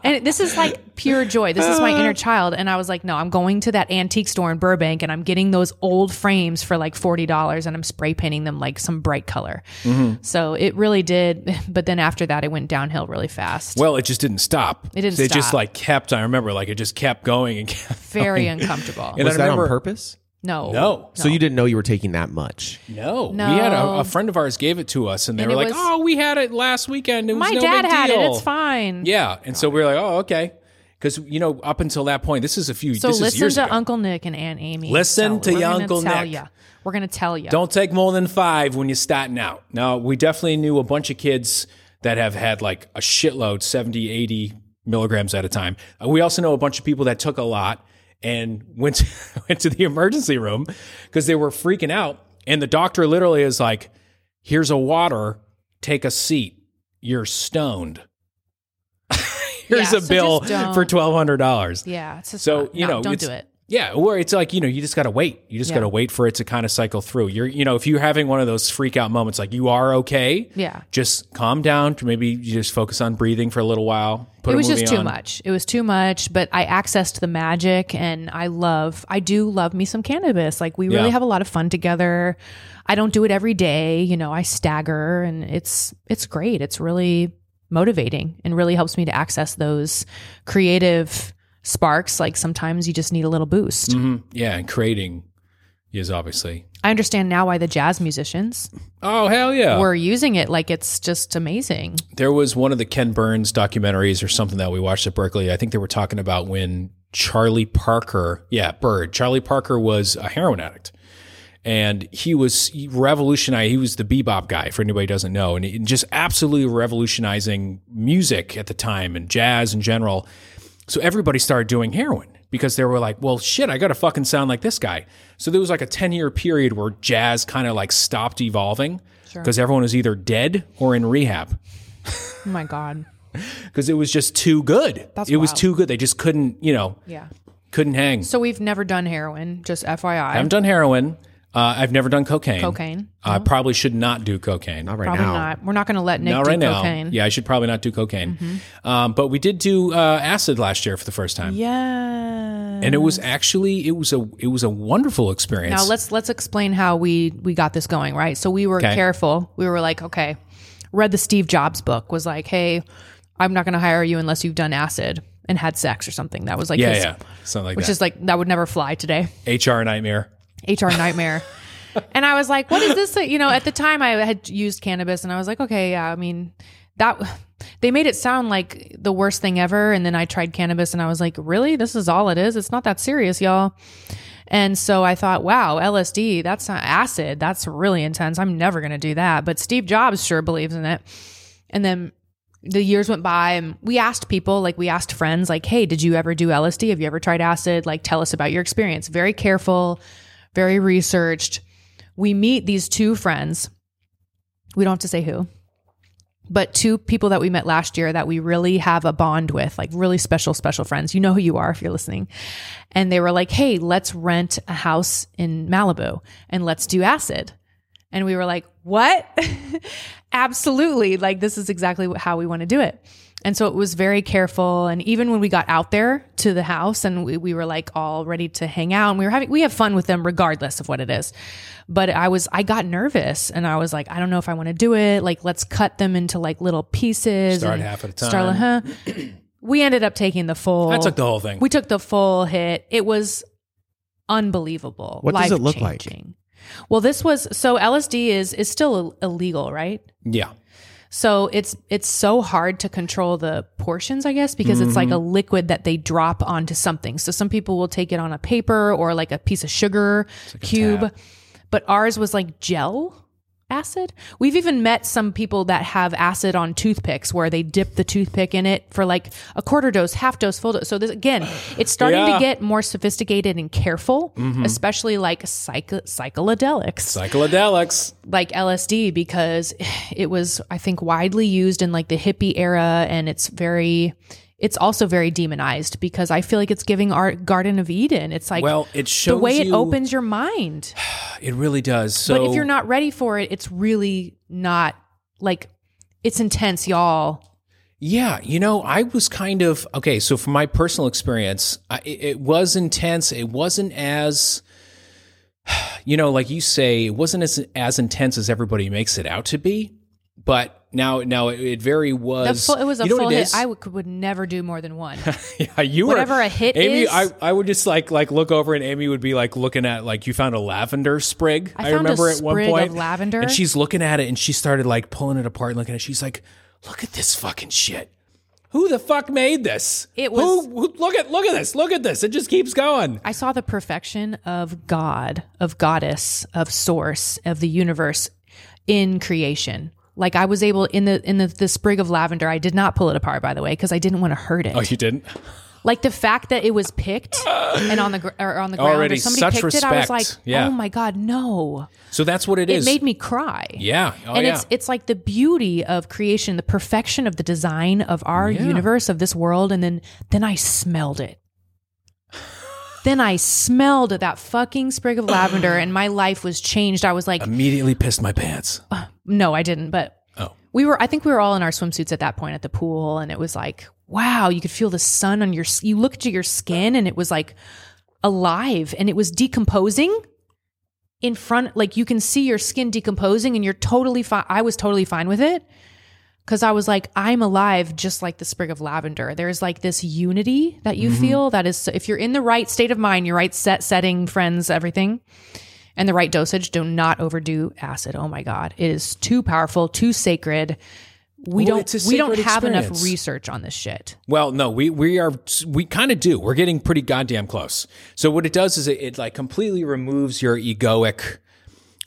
and this is like pure joy. This is my inner child. And I was like, no, I'm going to that antique store in Burbank and I'm getting those old frames for like forty dollars and I'm spray painting them like some bright color. Mm-hmm. So it really did. But then after that, it went downhill really fast. Well, it just didn't stop. It didn't It just stop. like kept. I remember, like it just kept going and kept. Very uncomfortable. And Was I that on remember- purpose? no, No, So you didn't know you were taking that much. No, No. we had a, a friend of ours gave it to us, and they And were it like, was- "Oh, we had it last weekend. It was my no dad big had it. deal." It's fine. Yeah, and so we were like, "Oh, okay," because you know, up until that point, this is a few. So this is listen years to ago. Uncle Nick and Aunt Amy. Listen to we're ya gonna Uncle tell Nick. Ya. We're gonna tell you. Don't take more than five when you're starting out. Now, we definitely knew a bunch of kids that have had like a shitload, 70, 80 milligrams at a time. Uh, We also know a bunch of people that took a lot and went to, went to the emergency room because they were freaking out. And the doctor literally is like, here's a water, take a seat. You're stoned. here's Yeah, a so bill just don't- for $1,200. Yeah, it's just So not- you no, know, don't it's- do it. Yeah, or it's like you know, you just gotta wait. You just Yeah. gotta wait for it to kind of cycle through. You're, you know, if you're having one of those freak out moments, like you are okay. Yeah. Just calm down. To maybe you just focus on breathing for a little while. Put It a was just movie too on. much. It was too much, but I accessed the magic and I love, I do love me some cannabis. Like we really Yeah. have a lot of fun together. I don't do it every day. You know, I stagger and it's, it's great. It's really motivating and really helps me to access those creative sparks. Like sometimes you just need a little boost. Mhm. Yeah, and creating is obviously. I understand now why the jazz musicians Oh hell yeah! were using it. Like it's just amazing. there was one of the Ken Burns documentaries or something that we watched at Berkeley. I think they were talking about when Charlie Parker, yeah, Bird, Charlie Parker was a heroin addict. and he was revolutionized. He was the bebop guy for anybody who doesn't know, and he- just absolutely revolutionizing music at the time and jazz in general. So everybody started doing heroin because they were like, well, shit, I got to fucking sound like this guy. So there was like a 10 year period where jazz kind of like stopped evolving because everyone was either dead or in rehab Oh my God. because it was just too good. That's it was wild. too good. They just couldn't, you know, Yeah. couldn't hang. So we've never done heroin, just FYI. I haven't done heroin. Uh, I've never done cocaine. cocaine. Uh-huh. I probably should not do cocaine. Not right Probably now. not. We're not going to let Nick Not do right now. cocaine. Mm-hmm. Yeah, I should probably not do cocaine. Um, but we did do uh, acid last year for the first time, Yeah. and it was actually it was a it was a wonderful experience. Now let's let's explain how we we got this going, right? So we were Okay. careful. We were like, okay, read the Steve Jobs book. Was like, hey, I'm not going to hire you unless you've done acid and had sex or something. That was like, yeah, his- yeah, something like which that. is like that would never fly today. HR nightmare. HR nightmare. and I was like, what is this? You know, at the time I had used cannabis and I was like, okay, yeah, I mean, that they made it sound like the worst thing ever. And then I tried cannabis and I was like, really? This is all it is? It's not that serious, y'all. And so I thought, wow, LSD, that's not acid. That's really intense. I'm never going to do that. But Steve Jobs sure believes in it. And then the years went by and we asked people, like we asked friends, like, hey, did you ever do LSD? Have you ever tried acid? Like, tell us about your experience. Very careful, very researched. We meet these two friends. We don't have to say who, but two people that we met last year that we really have a bond with, like really special, special friends. You know who you are if you're listening. And they were like, hey, let's rent a house in Malibu and let's do acid. And we were like, what? Absolutely. Like, this is exactly wh- how we want to do it. And so it was very careful. And even when we got out there to the house and we, we were like all ready to hang out and we were having, we have fun with them regardless of what it is. But I was, I got nervous and I was like, I don't know if I want to do it. Like, let's cut them into like little pieces. Start and half at a time. Start, huh? we ended up taking the full. I took the whole thing. We took the full hit. It was unbelievable. What does it look like? Life-changing. Well, this was so LSD is is still ill- illegal, right? yeah, So it's it's so hard to control the portions, I guess, because it's like a liquid that they drop onto something. So some people will take it on a paper or like a piece of sugar cube, tab. but ours was like gel acid. We've even met some people that have acid on toothpicks where they dip the toothpick in it for like a quarter dose, half dose, full dose. So this again, it's starting Yeah. to get more sophisticated and careful, especially like psycho- psychedelics psychedelics. like LSD because it was, I think, widely used in like the hippie era, and it's very, it's also very demonized because I feel like it's giving our Garden of Eden. It's like Well, it the shows way it you- opens your mind, It really does. So but if you're not ready for it, it's really not like it's intense, y'all. Yeah, you know, I was kind of okay. So, from my personal experience, I, it, it was intense. It wasn't as, you know, like you say, it wasn't as as intense as everybody makes it out to be. But now, now it, it very The was. full, it was a you know what full it hit. is? I would, would never do more than one. yeah, Uh, you were- whatever a hit Amy, is- I, I would just like like look over, and Amy would be like looking at like you found a lavender sprig. I found a remember at one sprig of point lavender. and she's looking at it, and she started like pulling it apart and looking at. it. She's like, "Look at this fucking shit." Who the fuck made this? It Who, who, look at look at this. Look at this. It just keeps going. I saw the perfection of God, of goddess, of source, of the universe in creation. Like I was able in the in the, the sprig of lavender, I did not pull it apart by the way because I didn't want to hurt it. Oh, you didn't. Like the fact that it was picked and on the gr- or on the ground Already or somebody such picked it, I was respect. like, Yeah. oh my god, no! So that's what it It is. made me cry. yeah. Oh, and yeah. it's it's like the beauty of creation, the perfection of the design of our universe, of this world, and then then I smelled it. then I smelled that fucking sprig of lavender, and my life was changed. I was like, Immediately pissed my pants. Uh, no, I didn't, but Oh. we were. I think we were all in our swimsuits at that point at the pool, and it was like, wow, you could feel the sun on your. s- You looked at your skin, and it was like alive, and it was decomposing in front. Like you can see your skin decomposing, and you're totally fine. I was totally fine with it because I was like, I'm alive, just like the sprig of lavender. There's like this unity that Mm-hmm. you feel. That is, if you're in the right state of mind, your right set setting, friends, everything and the right dosage. Do not overdo acid. Oh my God. It is too powerful, too sacred. We Well, it's don't a we don't sacred have enough experience. research on this shit. Well, no, we we are we kind of do. We're getting pretty goddamn close. So what it does is it, it like completely removes your egoic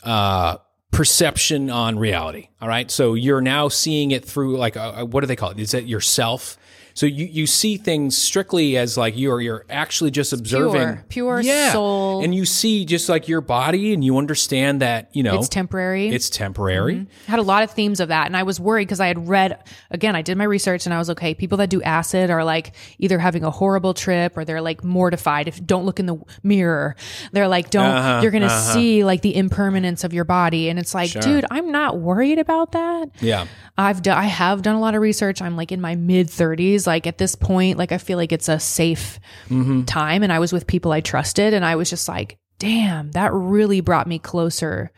uh, perception on reality. All right. So you're now seeing it through like uh, uh, what do they call it? Is it yourself? So you, you see things strictly as like you're you're actually just observing pure soul. and you see just like your body and you understand that you know It's temporary. Mm-hmm. It's temporary. had a lot of themes of that and i was worried because i had read again i did my research and i was okay people that do acid are like either having a horrible trip or they're like mortified if don't look in the mirror they're like don't you're gonna see like the impermanence of your body and it's like dude i'm not worried about that Yeah. I've done, I have done a lot of research. I'm like in my mid 30s. Like at this point, like I feel like it's a safe time. And I was with people I trusted, and I was just like, damn, that really brought me closer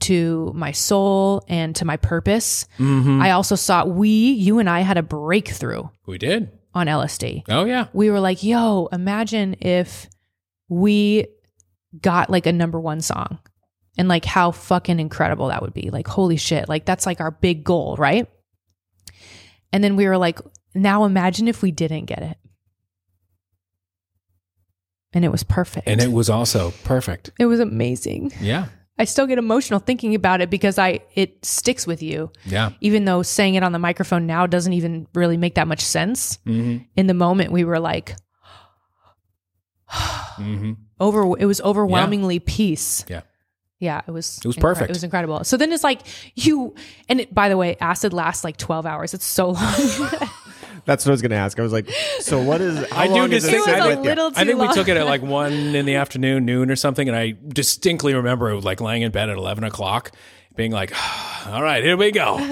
to my soul and to my purpose. Mm. I also saw we, you and I had a breakthrough Mm-hmm. We did. on LSD. Oh yeah. We were like, yo, imagine if we got like a number one song and like how fucking incredible that would be. Like, holy shit. Like, that's like our big goal, right? And then we were like, now imagine if we didn't get it. And it was perfect. And it was also perfect. it was amazing. Yeah. I still get emotional thinking about it because I it sticks with you. Yeah. Even though saying it on the microphone now doesn't even really make that much sense. In the moment we were like, Mm-hmm. over it was overwhelmingly peace Yeah. yeah it was It was perfect. it was incredible so then it's like you and it, by the way acid lasts like 12 hours it's so long That's what I was going to ask. I was like, so what is? How long is distinct- this It was with a you? little I think too we took long. it at like one in the afternoon, noon or something, and I distinctly remember like laying in bed at eleven o'clock, being like, "All right, here we go." we're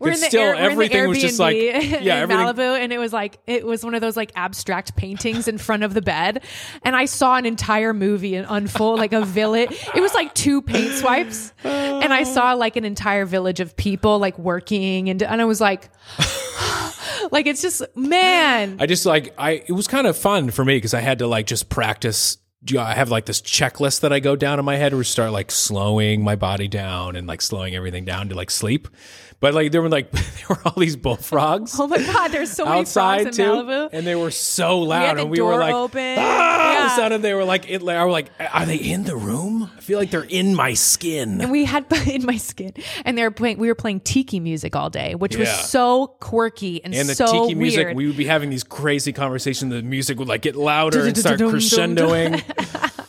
But in the still, air, we're in the everything was just like, Airbnb yeah, in everything. Malibu, and it was like it was one of those like abstract paintings in front of the bed, and I saw an entire movie and unfold like a village. It was like two paint swipes, and I saw like an entire village of people like working, and and I was like, like it's just man, I just like I. It was kind of fun for me because I had to like just practice. Do I have like this checklist that I go down in my head, where I start like slowing my body down and like slowing everything down to like sleep. But like there were like there were all these bullfrogs. oh my god, there's so many outside frogs in too, Malibu. and they were so We loud, had the and we door were like, open. "Ah!" All of a Yeah. sudden, they were like, it, I were like, are they in the room? I feel like they're in my skin. and we had in my skin, and they were playing. We were playing tiki music all day, which was Yeah. so quirky and, And the so tiki music, weird. we would be having these crazy conversations. The music would like get louder and start Dun-dun-dun-dun-dun. crescendoing.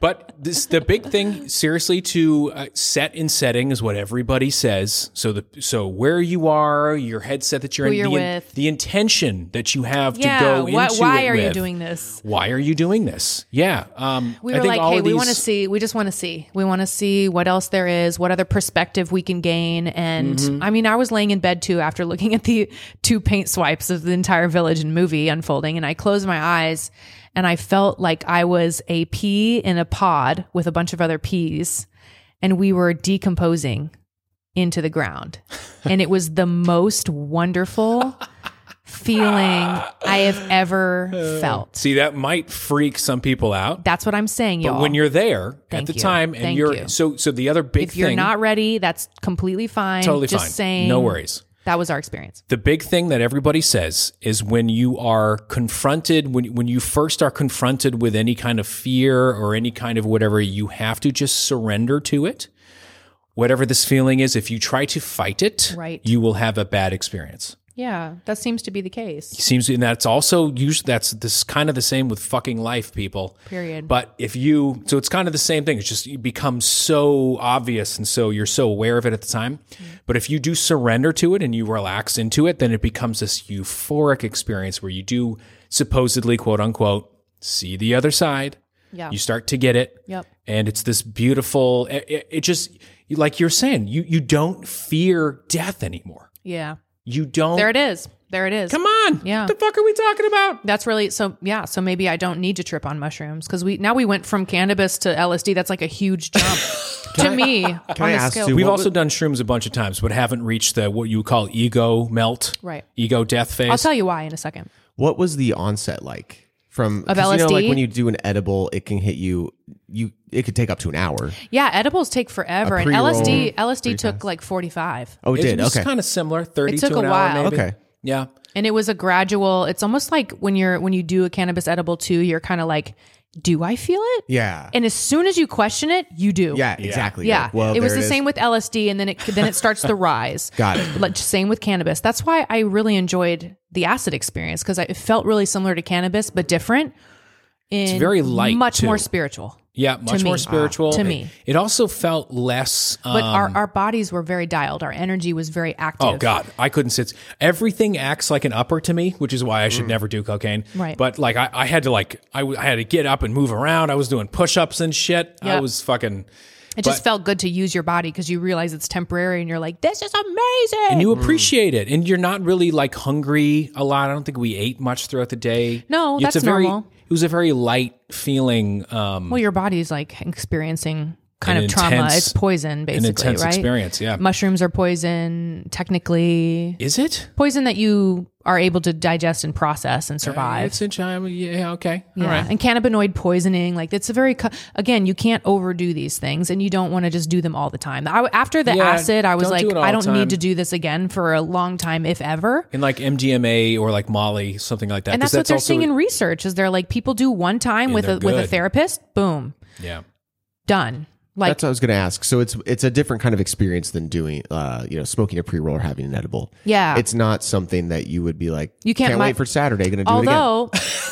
But this the big thing, seriously, to uh, set and setting is what everybody says. So the so where you are, your headset that you're Who in, you're the, in- with. the intention that you have yeah, to go what, into why it are you with. doing this? why are you doing this? Yeah. Um, We I were think like, all hey, of we these- want to see. We just want to see. We want to see what else there is, what other perspective we can gain. And Mm-hmm. I mean, I was laying in bed too after looking at the two paint swipes of the entire village and movie unfolding, and I closed my eyes and I felt like I was a pea in a pod with a bunch of other peas, and we were decomposing into the ground, and it was the most wonderful. feeling I have ever felt. See, that might freak some people out. That's what I'm saying, y'all. But when you're there at Thank the you. time, and Thank you're you. so so the other big if you're thing, not ready, that's completely fine. totally Just fine, saying, no worries. That was our experience. The big thing that everybody says is when you are confronted, when when you first are confronted with any kind of fear or any kind of whatever, you have to just surrender to it. Whatever this feeling is, if you try to fight it, Right. you will have a bad experience. Yeah, that seems to be the case. seems and that's also usually that's this kind of the same with fucking life people Period. but if you so it's kind of the same thing it's just you become so obvious and so you're so aware of it at the time Mm-hmm. but if you do surrender to it and you relax into it then it becomes this euphoric experience where you do supposedly quote unquote see the other side Yeah. you start to get it Yep. and it's this beautiful it, it- it just like you're saying you you don't fear death anymore Yeah. you don't There it is. There it is. come on Yeah. what the fuck are we talking about That's really so. Yeah. So maybe I don't need to trip on mushrooms because we now we went from cannabis to LSD. That's like a huge jump to me. Can on I the ask scale. you- We've What also done shrooms a bunch of times, but haven't reached the what you would call ego melt, Right. Ego death phase. I'll tell you why in a second. What was the onset like from? Of 'cause You know, like LSD? when you do an edible, it can hit you. You it could take up to an hour. Yeah, edibles take forever, and pre-roll, LSD LSD took like forty five. Oh, it, it did. was Okay. kind of similar, thirty It took to an a hour, while. maybe. Okay. yeah, and it was a gradual it's almost like when you're when you do a cannabis edible too you're kind of like do I feel it? Yeah. And as soon as you question it, you do. yeah, exactly. Yeah. Well, it was there the is. same with LSD, and then it then it starts the rise. Got it. Like, same with cannabis. That's why I really enjoyed the acid experience because it felt really similar to cannabis, but different. In very light, much too. more spiritual. Yeah, much me. more spiritual. To It- me. It also felt less um, But our, our bodies were very dialed. Our energy was very active. Oh God, I couldn't sit. Everything acts like an upper to me, which is why I Mm. should never do cocaine. Right. But like, I, I had to like, I, w- I had to get up and move around. I was doing push-ups and shit. I Yep. was fucking. It just felt good to use your body because you realize it's temporary, and you're like, "This is amazing." And you appreciate it, and you're not really like hungry a lot. I don't think we ate much throughout the day. No, it's that's a very, normal. It was a very light feeling, um, well, your body's like experiencing kind An of trauma. intense- It's poison, an basically, intense right? experience. Yeah, Mushrooms are poison, technically. is it? poison that you are able to digest and process and survive. It's in China. Yeah, okay, Yeah. all right. And cannabinoid poisoning, like it's a very, co- again, you can't overdo these things and you don't want to just do them all the time. I, after the Yeah, acid, I was don't like, do it all I the don't time. need to do this again for a long time, if ever. And like MDMA or like Molly, something like that. And 'cause that's, what they're also- seeing in research is they're like, people do one time with they're a, with a good. therapist, boom, Yeah. done. Like, That's what I was going to ask. So it's it's a different kind of experience than doing, uh, you know, smoking a pre roll or having an edible. Yeah. it's not something that you would be like. You can't mi- wait for Saturday. Going to do it again. although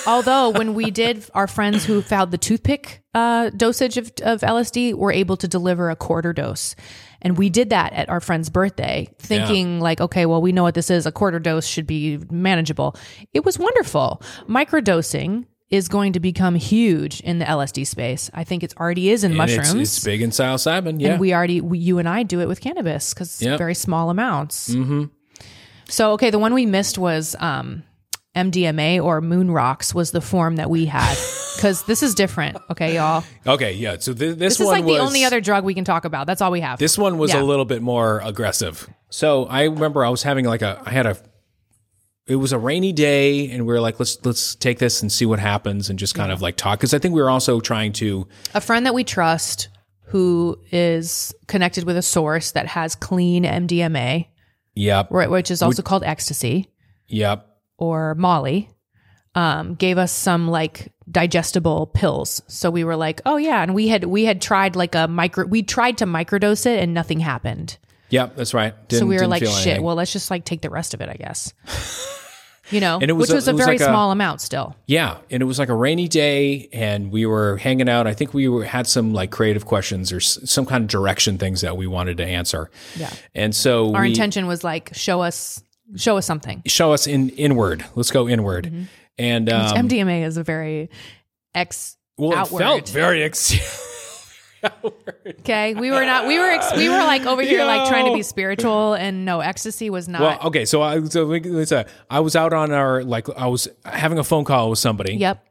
although when we did our friends who found the toothpick uh, dosage of, of lsd were able to deliver a quarter dose and we did that at our friend's birthday thinking like okay well we know what this is a quarter dose should be manageable it was wonderful microdosing is going to become huge in the lsd space i think it's already is in And mushrooms It's, it's big in psilocybin. Yeah. and we already we, you and I do it with cannabis because it's Yep. very small amounts. Mm-hmm. So okay, the one we missed was um, MDMA or moon rocks was the form that we had because this is different. Okay, y'all, Okay, yeah. So th- this, this is one like was the only other drug we can talk about. That's all we have. this one was Yeah. a little bit more aggressive. So I remember I was having like a I had a it was a rainy day and we were like let's let's take this and see what happens and just kind of like talk cuz I think we were also trying to a friend that we trust who is connected with a source that has clean MDMA, yep right, which is also called ecstasy yep or Molly. um, gave us some like digestible pills. So we were like, oh yeah, and we had we had tried like a micro. We tried to microdose it and nothing happened. yep that's right. So Didn't- we were didn't like, feel shit. anything. Well, let's just like take the rest of it, I guess. You know, And it was which a- was a it was very like a- small amount still. Yeah, and it was like a rainy day, and we were hanging out. I think we were, had some like creative questions or s- some kind of direction things that we wanted to answer. Yeah, and so Our we, intention was like show us show us something. show us in inward. Let's go inward, Mm-hmm. and um, MDMA is a very ex Well, outward. it felt very ex- outward. okay, we were not. We were ex- we were like over here like trying to Yo. be spiritual, and no, ecstasy was not. Well, okay, so I so we- let's say I was out on our like I was having a phone call with somebody, yep.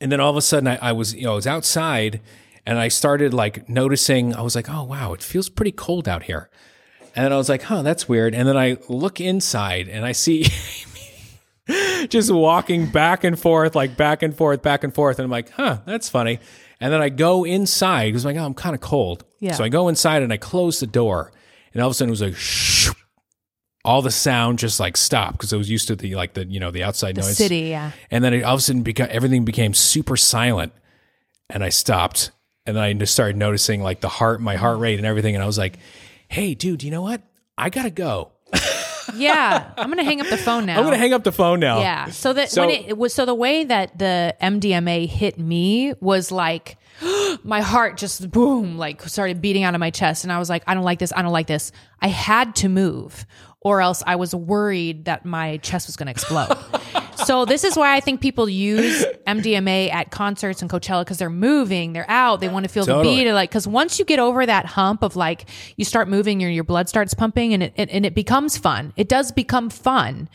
and then all of a sudden I, I was you know I was outside, and I started like noticing I was like oh wow it feels pretty cold out here, and then I was like huh that's weird, and then I look inside and I see. Just walking back and forth, like back and forth, back and forth. And I'm like, huh, that's funny. And then I go inside because I'm like, oh, I'm kind of cold. Yeah. So I go inside and I close the door. And all of a sudden it was like, shh. all the sound just like stopped because I was used to the, like the, you know, the outside noise. City, yeah. And then it, all of a sudden, beca- everything became super silent, and I stopped, and then I just started noticing like the heart, my heart rate, and everything, and I was like, "Hey, dude, you know what? I gotta go. Yeah. I'm gonna hang up the phone now. I'm gonna hang up the phone now." Yeah. So that So- when it, it was so the way that the MDMA hit me was like my heart just boom like started beating out of my chest and I was like I don't like this. I don't like this. I had to move or else I was worried that my chest was going to explode. so this is why I think people use MDMA at concerts and Coachella cuz they're moving, they're out, they want to feel Totally. the beat like cuz once you get over that hump of like you start moving your your blood starts pumping and it, it and it becomes fun. It does become fun.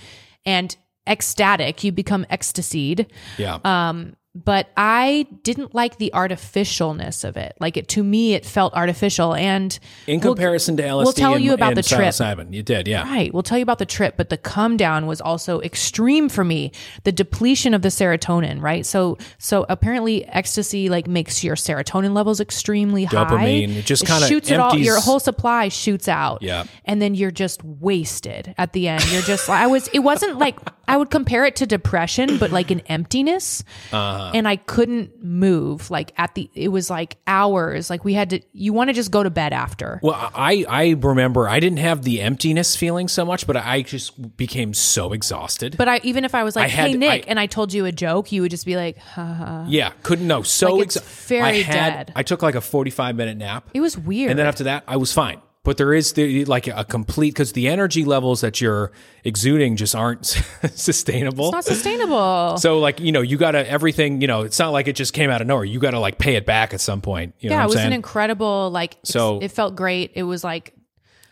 And ecstatic. You become ecstasied. yeah. Uh, But I didn't like the artificialness of it. Like it to me, it felt artificial. And In comparison to LSD, we'll tell and, you about and the trip. psilocybin. You did, yeah. Right. We'll tell you about the trip, but the come down was also extreme for me. The depletion of the serotonin, right? So, so apparently ecstasy like makes your serotonin levels extremely high. Dopamine. It just kinda shoots it all. empties- Your whole supply shoots out. Yeah. And then you're just wasted at the end. You're just. I was. It wasn't like I would compare it to depression, but like an emptiness. Uh-huh. And I couldn't move. Like at the, it was like hours. Like we had to, you want to just go to bed after. Well, I I remember I didn't have the emptiness feeling so much, but I just became so exhausted. But I, even if I was like, had- hey, Nick, I- and I told you a joke, you would just be like, huh. yeah, couldn't know. So Like, it's very I had dead. I took like a 45 minute nap. it was weird. And then after that, I was fine. But there is the, like a complete because the energy levels that you're exuding just aren't sustainable. it's not sustainable. so like you know you gotta everything you know it's not like it just came out of nowhere you gotta like pay it back at some point you know yeah, it what I'm was saying? an incredible, like, ex- So- it felt great. It was like,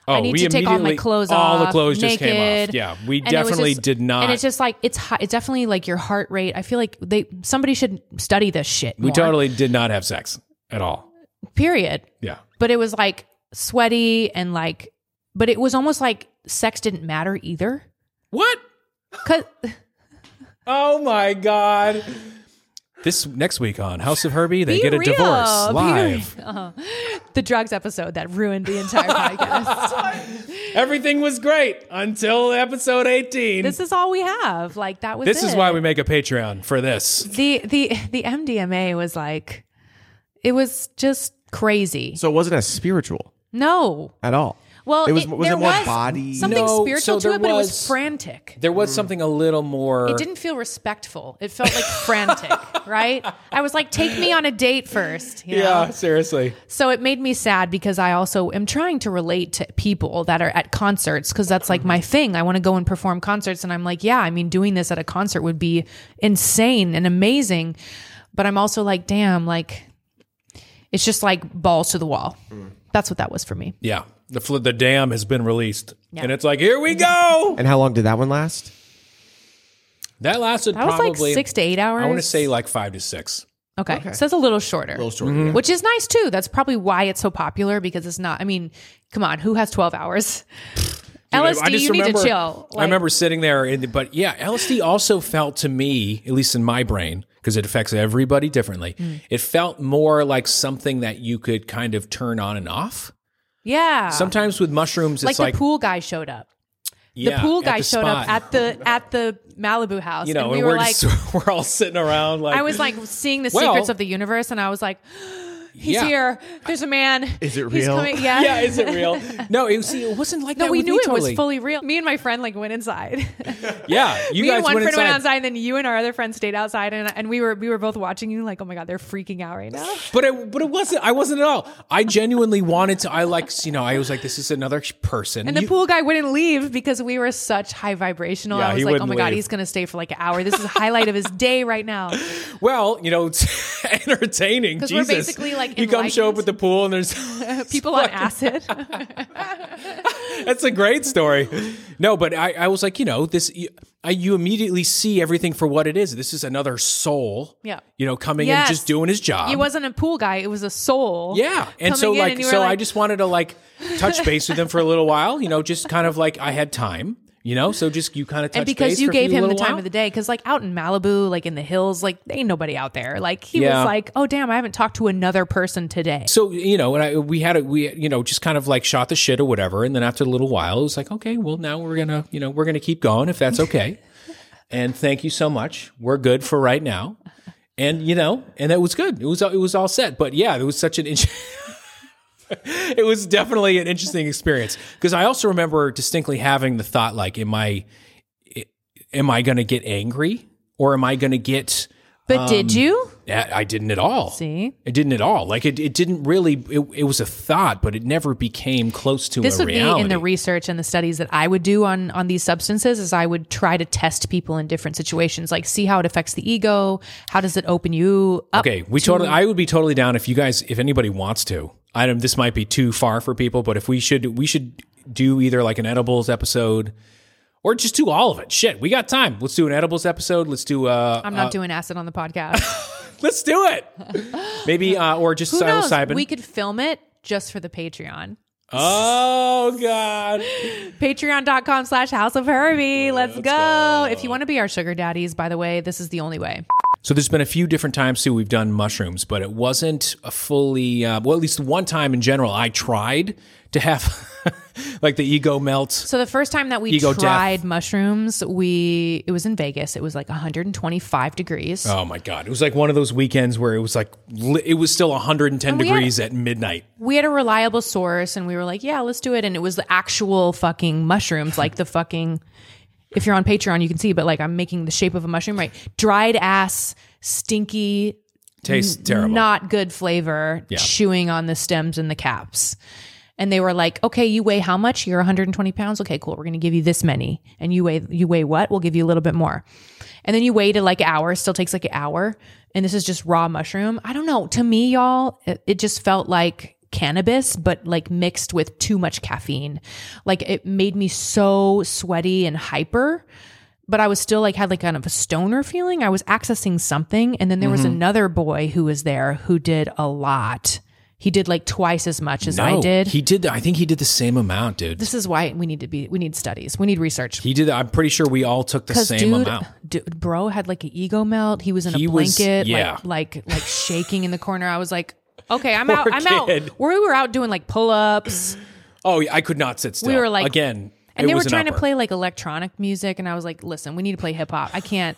oh, I need to take all my immediately- clothes all off. the clothes just came off naked. yeah we And it was definitely just- did not And it's just like it's high, it's definitely like your heart rate. I feel like they somebody should study this shit. we more, totally did not have sex at all period. yeah But it was like sweaty and like, but it was almost like sex didn't matter either. what Cause oh my god this next week on House of Herbie they Be get a real, divorce be live uh, the drugs episode that ruined the entire podcast. everything was great until episode 18 this is all we have. Like that was. This is it. why we make a Patreon for this. the the the MDMA was like, it was just crazy. So it wasn't as spiritual No, at all. Well, it was, was there it more was body. something No, spiritual so to there it, but it was- was frantic. There was something a little more. Mm. It didn't feel respectful. It felt like frantic, right? I was like, take me on a date first. you know? Yeah, seriously. So it made me sad because I also am trying to relate to people that are at concerts because that's like my Mm-hmm. thing. I want to go and perform concerts. And I'm like, yeah, I mean, doing this at a concert would be insane and amazing. But I'm also like, damn, like, it's just like balls to the wall. Mm. That's what that was for me. Yeah, the fl- the dam has been released, and it's like here we go. And how long did that one last? That lasted That was probably like six to eight hours. I want to say like five to six. Okay. So it's a little shorter. Mm-hmm. short. Which is nice too. That's probably why it's so popular because it's not. I mean, come on, who has twelve hours? LSD, I just you need remember- to chill. I Like, remember sitting there, in the, but yeah, LSD also felt to me, at least in my brain, because it affects everybody differently. Mm. It felt more like something that you could kind of turn on and off. yeah. Sometimes with mushrooms, like it's the like, pool guy showed up. The yeah, pool at guy the showed spot. up at the at the Malibu house, you and know, we were like, just, we're all sitting around like I was like seeing the Well- secrets of the universe, and I was like, he's Yeah. here. There's a man. Is it He's real? coming. Yeah. yeah, is it real? No, it, was, see, it wasn't like No, that. we with knew me it totally. was fully real. Me and my friend like went inside. Yeah, you me guys and one went friend inside. went outside, and then you and our other friend stayed outside, and, and we were we were both watching you like, oh my god, they're freaking out right now. But it, but it wasn't. I wasn't at all. I genuinely wanted to. I like you know. I was like, this is another person. And the You- pool guy wouldn't leave because we were such high vibrational. Yeah, I he was like, oh wouldn't my God, leave. he's going to stay for like an hour. This is the highlight of his day right now. well, you know, it's entertaining. 'Cause Jesus, we're basically, like, you come show up enlightened. at the pool and there's People on acid. that's a great story. No, but I, I was like, you know, this you, I, you immediately see everything for what it is. This is another soul. Yeah. you know, coming Yes. in just doing his job. He wasn't a pool guy, it was a soul. Um, Yeah, coming and so in, like and you were so I like- just wanted to like touch base with him for a little while, you know, just kind of like I had time, you know, so just you kind of touch And because base you for a gave few him the little time while. of the day, because like out in Malibu, like in the hills, like there ain't nobody out there. Like he Yeah. was like, oh damn, I haven't talked to another person today. So you know, and I we had it. We you know just kind of like shot the shit or whatever, and then after a little while, it was like, okay, well now we're gonna you know we're gonna keep going if that's okay. and thank you so much. We're good for right now. And you know, and that was good. It was it was all set. But yeah, it was such an. Int- it was definitely an interesting experience because I also remember distinctly having the thought like, am I, am I going to get angry or am I going to get? But Um, did you? I I didn't at all. See? It didn't at all. Like it, it didn't really. It, it was a thought, but it never became close to this a would reality. be in the research and the studies that I would do on on these substances is I would try to test people in different situations like see how it affects the ego how does it open you up okay, we totally. I would be totally down if you guys, if anybody wants to. I don't. This might be too far for people, but if we should, we should do either like an edibles episode. Or just do all of it. Shit, we got time. Let's do an edibles episode. Let's do uh, I'm not doing acid on the podcast Let's do it. Maybe uh, or just who knows psilocybin. we could film it just for the Patreon oh God! patreon.com slash house of Herbie let's, go. if you want to be our sugar daddies by the way this is the only way So there's been a few different times too we've done mushrooms, but it wasn't a fully uh, well. At least one time in general, I tried to have like the ego melt. So the first time that we Ego death. tried mushrooms, we it was in Vegas. It was like 125 degrees. Oh my god! It was like one of those weekends where it was like li- it was still 110 we had- degrees at midnight. we had a reliable source and we were like, yeah, let's do it. And it was the actual fucking mushrooms, like the fucking, if you're on Patreon, you can see, but like I'm making the shape of a mushroom, right? Dried ass, stinky, Tastes terrible. not good flavor, chewing on the stems and the caps. And they were like, okay, you weigh how much? You're 120 pounds. Okay, cool. We're going to give you this many. And you weigh, you weigh what? We'll give you a little bit more. And then you wait a like hour, still takes like an hour. And this is just raw mushroom. I don't know. To me, y'all, it, it just felt like cannabis, but like mixed with too much caffeine. Like it made me so sweaty and hyper but I was still like had like kind of a stoner feeling. I was accessing something, and then there Mm-hmm. was another boy who was there who did a lot. He did like twice as much as I No, did. He did. the- I think he did the same amount, dude. this is why we need to be. We need studies. We need research. he did. I'm pretty sure we all took the same dude, amount. dude, bro had like an ego melt. He was in He a was- blanket, yeah. like like like shaking in the corner. I was like, okay, I'm out. I'm kid. out. We were out doing like pull ups, Oh, yeah, I could not sit still. We were like again, and it they were was an trying to upper. play like electronic music, and I was like, listen, we need to play hip hop. I can't.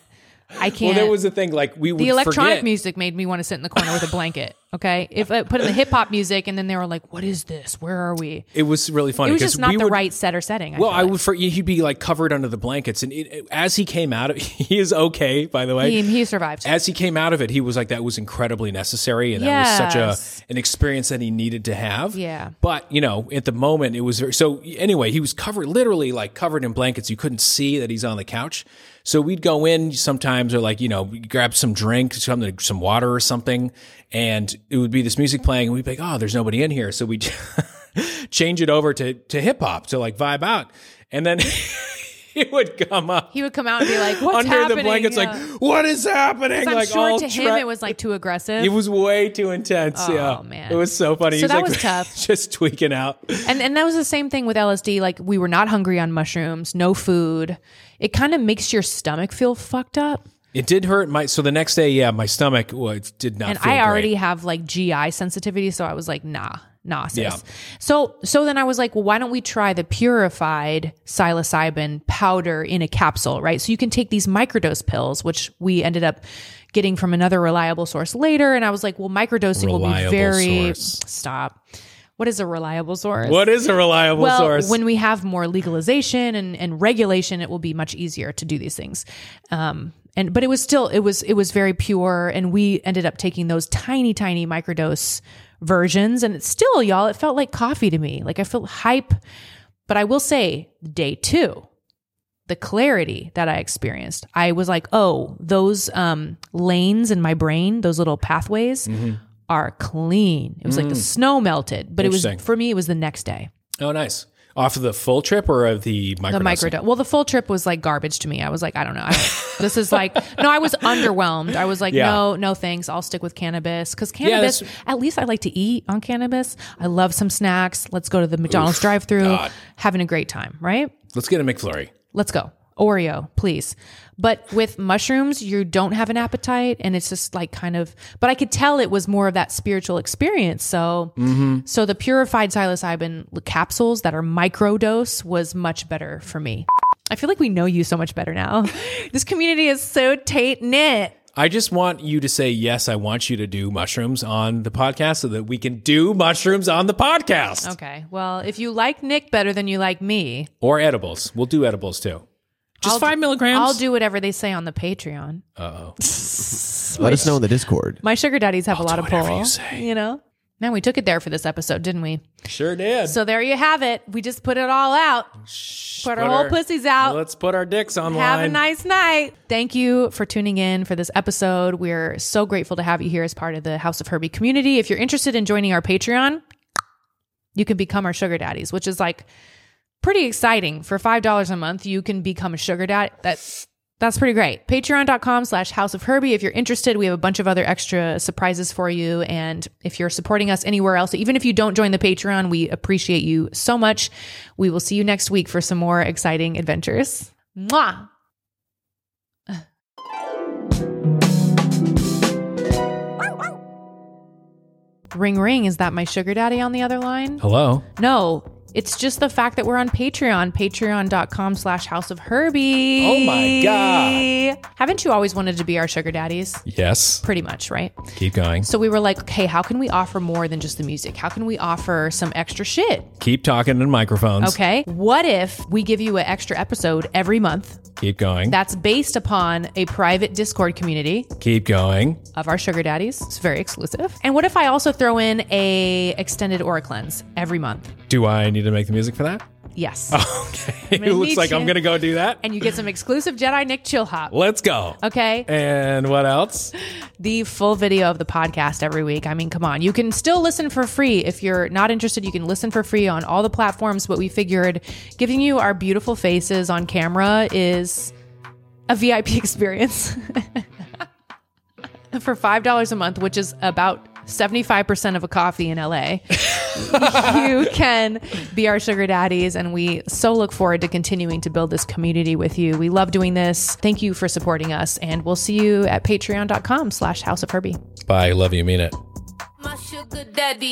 I Well, can't. there was a thing like we would the electronic forget. music made me want to sit in the corner with a blanket. Okay, if I put in the hip hop music, and then they were like, "What is this? Where are we?" It was really funny. It was 'cause just not we the would- right set or setting. I Well, feel I like. would. For, he'd be like covered under the blankets, and it, it- as he came out, of, he is okay. By the way, he, he survived. as he came out of it, he was like, "That was incredibly necessary, and that was Yes. such a an experience that he needed to have." Yeah. But you know, at the moment, it was very, so. Anyway, he was covered, literally like covered in blankets. You couldn't see that he's on the couch. So we'd go in sometimes, or like you know, grab some drink, something, some water or something, and it would be this music playing, and we'd be like, "Oh, there's nobody in here," so we. change it over to, to hip hop to like vibe out and then he would come up he would come out and be like, "What's under happening?" the blankets Yeah. like what is happening I'm like sure all to him tra- it was like too aggressive. it was way too intense yeah man. it was so funny So he was that like was tough. just tweaking out and and that was the same thing with LSD. Like we were not hungry on mushrooms, no food. It kind of makes your stomach feel fucked up. it did hurt my so the next day yeah my stomach was did not and feel I already great. have like GI sensitivity, so I was like, nah, nah, sis. Yeah. So so then I was like, well, why don't we try the purified psilocybin powder in a capsule, right? So you can take these microdose pills, which we ended up getting from another reliable source later, and I was like, well, microdosing will Reliable be very source. stop. What is a reliable source? what is a reliable well, source when we have more legalization and, and regulation, it will be much easier to do these things. Um, and but it was still it was it was very pure, and we ended up taking those tiny tiny microdose versions, and it's still y'all. It felt like coffee to me. Like I felt hype, but I will say day two. The clarity that I experienced, I was like, "Oh, those um, lanes in my brain, those little pathways, are clean." It was like the snow melted, but it was Interesting. for me. It was the next day oh nice off of the full trip or of the micro the microdose. Well, the full trip was like garbage to me. I was like, I don't know. I, this is like no. I was underwhelmed. I was like, Yeah. no, no, thanks. I'll stick with cannabis because that's- cannabis. at least I like to eat on cannabis. I love some snacks. Let's go to the McDonald's drive-through, having a great time. Right? let's get a mcflurry Let's go. Oreo, please. But with mushrooms, you don't have an appetite, and it's just like kind of. But I could tell it was more of that spiritual experience. So, Mm-hmm. so the purified psilocybin capsules that are microdose was much better for me. I feel like we know you so much better now. this community is so tight knit. I just want you to say yes. I want you to do mushrooms on the podcast so that we can do mushrooms on the podcast Okay. Well, if you like Nick better than you like me, or edibles. We'll do edibles too. Just I'll five do- milligrams. I'll do whatever they say on the Patreon. Let us know in the Discord. My sugar daddies have a lot do of whatever pull. you say. you know. Man, we took it there for this episode, didn't we? Sure did. So there you have it. We just put it all out. put our whole pussies out. Let's put our dicks online. have a nice night. Thank you for tuning in for this episode. We're so grateful to have you here as part of the House of Herbie community. If you're interested in joining our Patreon, you can become our sugar daddies, which is like pretty exciting. For five dollars a month, you can become a sugar daddy. That's that's pretty great. Patreon.com slash House of Herbie. If you're interested, we have a bunch of other extra surprises for you. And if you're supporting us anywhere else, even if you don't join the Patreon, we appreciate you so much. We will see you next week for some more exciting adventures. Mwah! Ring ring, is that my sugar daddy on the other line? Hello. No, it's just the fact that we're on Patreon, patreon.com slash house of Herbie. Oh my God. Haven't you always wanted to be our sugar daddies? Yes. Pretty much, right? Keep going. So we were like, okay, how can we offer more than just the music? How can we offer some extra shit? Keep talking in microphones. Okay. What if we give you an extra episode every month Keep going. that's based upon a private Discord community Keep going. of our sugar daddies? It's very exclusive. And what if I also throw in a extended aura cleanse every month? Do I need to make the music for that? Yes. Oh. Okay. gonna it looks need like you. I'm going to go do that. And you get some exclusive Jedi Nick chill hop. Let's go. Okay. And what else? the full video of the podcast every week. I mean, come on. You can still listen for free. If you're not interested, you can listen for free on all the platforms. But we figured giving you our beautiful faces on camera is a VIP experience for $5 a month, which is about 75% of a coffee in LA. you can be our sugar daddies and we so look forward to continuing to build this community with you we love doing this thank you for supporting us and we'll see you at patreon.com slash house of herbie Bye. Love you. Mean it. My sugar daddy.